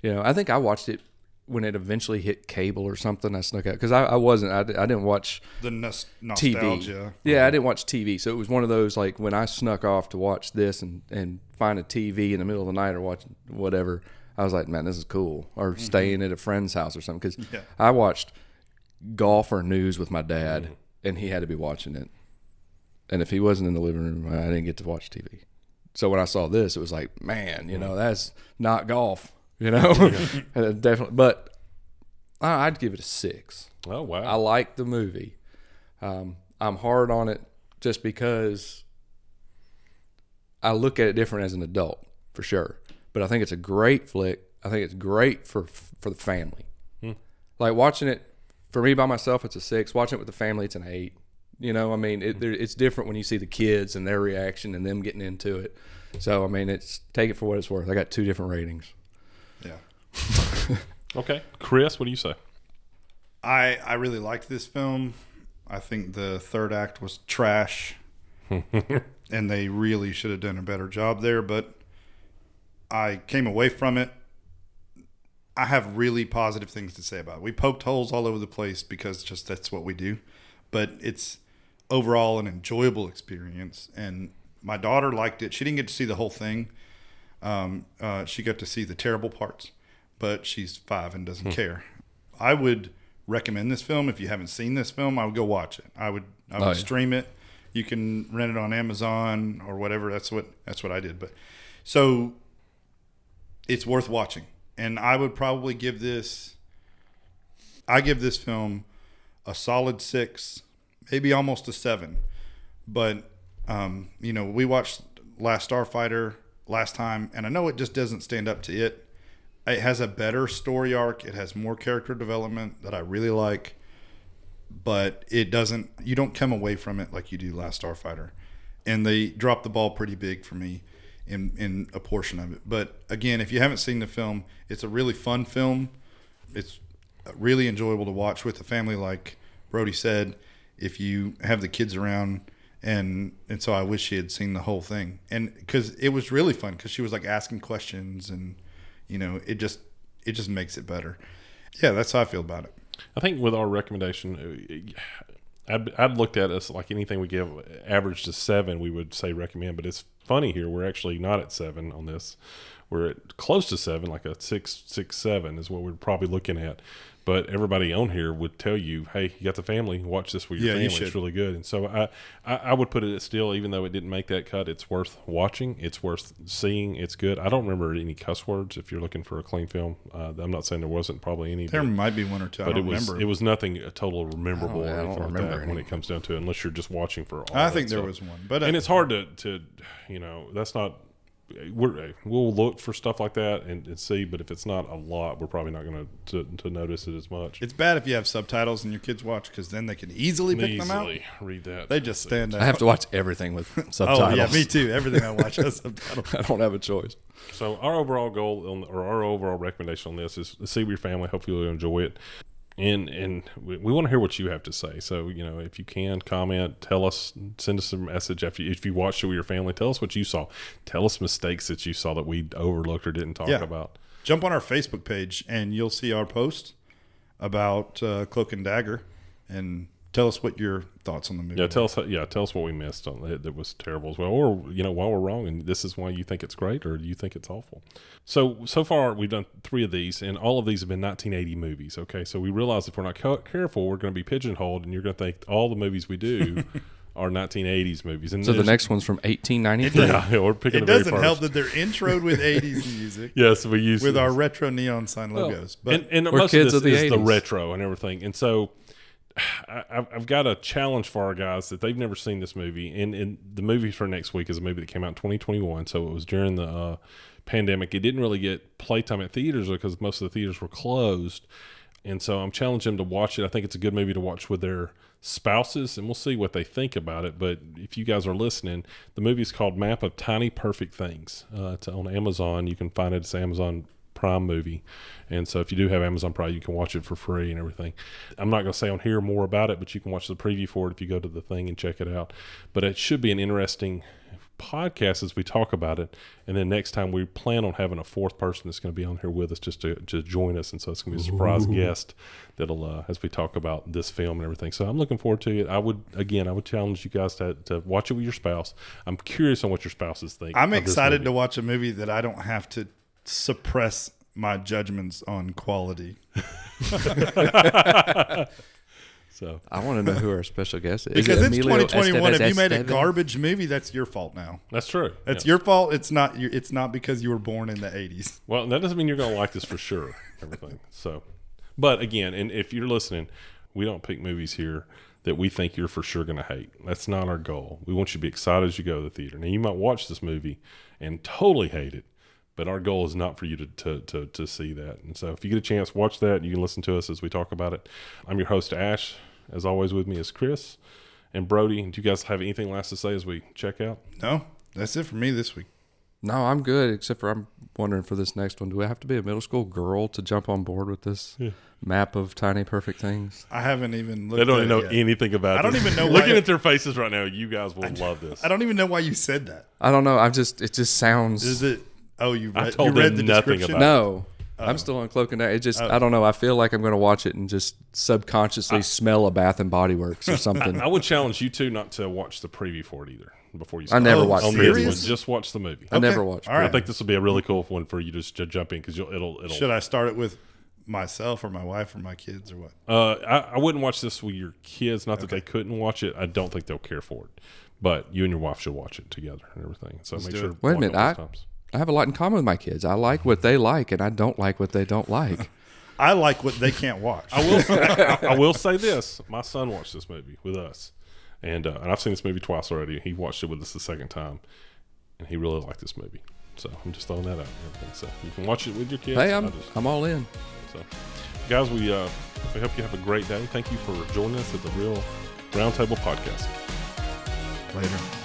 You know, I think I watched it when it eventually hit cable or something. I snuck out because I, I wasn't, I, di- I didn't watch The nos- TV. nostalgia. Yeah, I didn't watch TV. So it was one of those like when I snuck off to watch this and, and find a TV in the middle of the night or watch whatever, I was like, man, this is cool. Or staying at a friend's house or something. Because I watched golf or news with my dad and he had to be watching it. And if he wasn't in the living room, I didn't get to watch TV. So when I saw this, it was like, man, you know, that's not golf, you know? <laughs> And it definitely, but I- I'd give it a six. Oh wow! I like the movie. Um, I'm hard on it just because I look at it different as an adult, for sure. But I think it's a great flick. I think it's great for for the family. Hmm. Like watching it for me by myself, it's a six. Watching it with the family, it's an eight. You know, I mean, Hmm. it, there- it's different when you see the kids and their reaction and them getting into it. So, I mean, it's take it for what it's worth. I got two different ratings. Yeah. okay, Chris, what do you say? I I really liked this film. I think the third act was trash, and they really should have done a better job there. But I came away from it. I have really positive things to say about it. We poked holes all over the place because just that's what we do. But it's overall an enjoyable experience, and my daughter liked it. She didn't get to see the whole thing. Um, uh, she got to see the terrible parts, but she's five and doesn't care. I would recommend this film if you haven't seen this film. I would go watch it. I would I would yeah. stream it. You can rent it on Amazon or whatever. That's what that's what I did. But so it's worth watching, and I would probably give this I give this film a solid six, maybe almost a seven. But um, you know, we watched Last Starfighter last time, and I know it just doesn't stand up to it. It has a better story arc. It has more character development that I really like, but it doesn't. You don't come away from it like you do Last Starfighter, and they dropped the ball pretty big for me in in a portion of it. But again, if you haven't seen the film, it's a really fun film. It's really enjoyable to watch with a family, like Brody said. If you have the kids around, and and so I wish she had seen the whole thing, and because it was really fun, because she was like asking questions, and you know, it just it just makes it better. Yeah, that's how I feel about it. I think with our recommendation, uh, I'd, I'd looked at us like anything we give average to seven, we would say recommend. But it's funny here, we're actually not at seven on this. We're at close to seven, like a six, six, seven is what we're probably looking at. But everybody on here would tell you, "Hey, you got the family. Watch this with your Yeah, family. you It's should. really good." And so I, I, I would put it at still, even though it didn't make that cut. It's worth watching. It's worth seeing. It's good. I don't remember any cuss words. If you're looking for a clean film, uh, I'm not saying there wasn't probably any. There but- might be one or two. I but it don't was remember. it was nothing a total memorable. or I don't anything like remember that when any. it comes down to it, unless you're just watching for all. I that think there stuff. was one, but uh, and I, it's hard to to you know that's not we're we'll look for stuff like that and, and see, but if it's not a lot, we're probably not going to to notice it as much. it's bad if you have subtitles and your kids watch, because then they can easily pick them out. easily read that. They just stand out. I have to watch everything with <laughs> subtitles. Oh yeah, me too. Everything I watch has <laughs> subtitles. <laughs> I don't have a choice. So our overall goal on, or our overall recommendation on this is to see with your family. Hopefully you'll enjoy it. And and we, we want to hear what you have to say. So you know if you can comment, tell us, send us a message. If you if you watched it with your family, tell us what you saw. Tell us mistakes that you saw that we overlooked or didn't talk Yeah. about. Jump on our Facebook page and you'll see our post about uh, Cloak and Dagger, and tell us what your thoughts on the movie. Yeah, were. tell us. Yeah, tell us what we missed on that that was terrible as well, or you know why we're wrong, and this is why you think it's great or you think it's awful. So so far we've done three of these, and all of these have been 1980 movies. Okay, so we realize if we're not ca- careful, we're going to be pigeonholed, and you're going to think all the movies we <laughs> do are 1980s movies. And So the there's- next one's from <laughs> 1893. yeah, yeah, we're picking the it very doesn't first. help that they're <laughs> introed with '80s music Yes, we use with these. our retro neon sign logos. But and, and We're most kids of of the this is the 80s. retro and everything. And so <sighs> I, I've- I've got a challenge for our guys that they've never seen this movie. And, and the movie for next week is a movie that came out in 2021. So it was during the uh, pandemic. It didn't really get playtime at theaters because most of the theaters were closed. And so I'm challenging them to watch it. I think it's a good movie to watch with their spouses, and we'll see what they think about it. But if you guys are listening, the movie is called Map of Tiny Perfect Things. Uh, it's on Amazon. You can find it. It's Amazon Prime movie. And so if you do have Amazon Prime, you can watch it for free and everything. I'm not going to say on here more about it, but you can watch the preview for it if you go to the thing and check it out. But it should be an interesting podcast as we talk about it. And then next time we plan on having a fourth person that's going to be on here with us just to just join us. And so it's going to be a surprise guest that'll uh, as we talk about this film and everything. So I'm looking forward to it. I would again, I would challenge you guys to, to watch it with your spouse. I'm curious on what your spouses think. I'm of this excited movie. to watch a movie that I don't have to suppress my judgments on quality. So <laughs> I want to know who our special guest is. Is Because it it's Emilio 2021. If you made a Estevez? garbage movie, that's your fault now. that's true. That's Yeah. your fault. It's not. your- It's not because you were born in the 80s. Well, that doesn't mean you're going to like this for sure. Everything. So, but again, and if you're listening, we don't pick movies here that we think you're for sure going to hate. That's not our goal. We want you to be excited as you go to the theater. Now, you might watch this movie and totally hate it, but our goal is not for you to, to, to, to see that. And so, if you get a chance, watch that. You can listen to us as we talk about it. I'm your host, Ash. As always, with me is Chris and Brody. Do you guys have anything last to say as we check out? No, that's it for me this week. No, I'm good, except for I'm wondering for this next one. Do I have to be a middle school girl to jump on board with this map of tiny perfect things? I haven't even looked. They don't at even know it yet. anything about. I don't this. even know <laughs> Looking why- at their faces right now, you guys will love this. I don't even know why you said that. I don't know. I just it just sounds Is it? Oh, you I read, you told read them the nothing description. about no. I'm still on cloak and dagger. It just I don't know. I feel like I'm going to watch it and just subconsciously smell a Bath and Body Works <laughs> or something. I would challenge you two not to watch the preview for it either before you. I never Oh, watched on it. this serious? one. Just watch the movie. I never Okay. watched. All right. I think this will be a really cool one for you just to jump in because it'll it'll. Should I start it with myself or my wife or my kids or what? Uh, I, I wouldn't watch this with your kids. Not that they couldn't watch it. I don't think they'll care for it. But you and your wife should watch it together and everything. So make do sure. it. Wait a block minute, all those I- times. <laughs> I have a lot in common with my kids. I like what they like, and I don't like what they don't like. I like what they can't watch. I will. Say, I, I will say this: my son watched this movie with us, and uh, and I've seen this movie twice already. He watched it with us the second time, and he really liked this movie. So I'm just throwing that out. and Everything. So you can watch it with your kids. Hey, I I'm just- I'm all in. so, guys, we uh, we hope you have a great day. Thank you for joining us at the Real Roundtable Podcast. Later.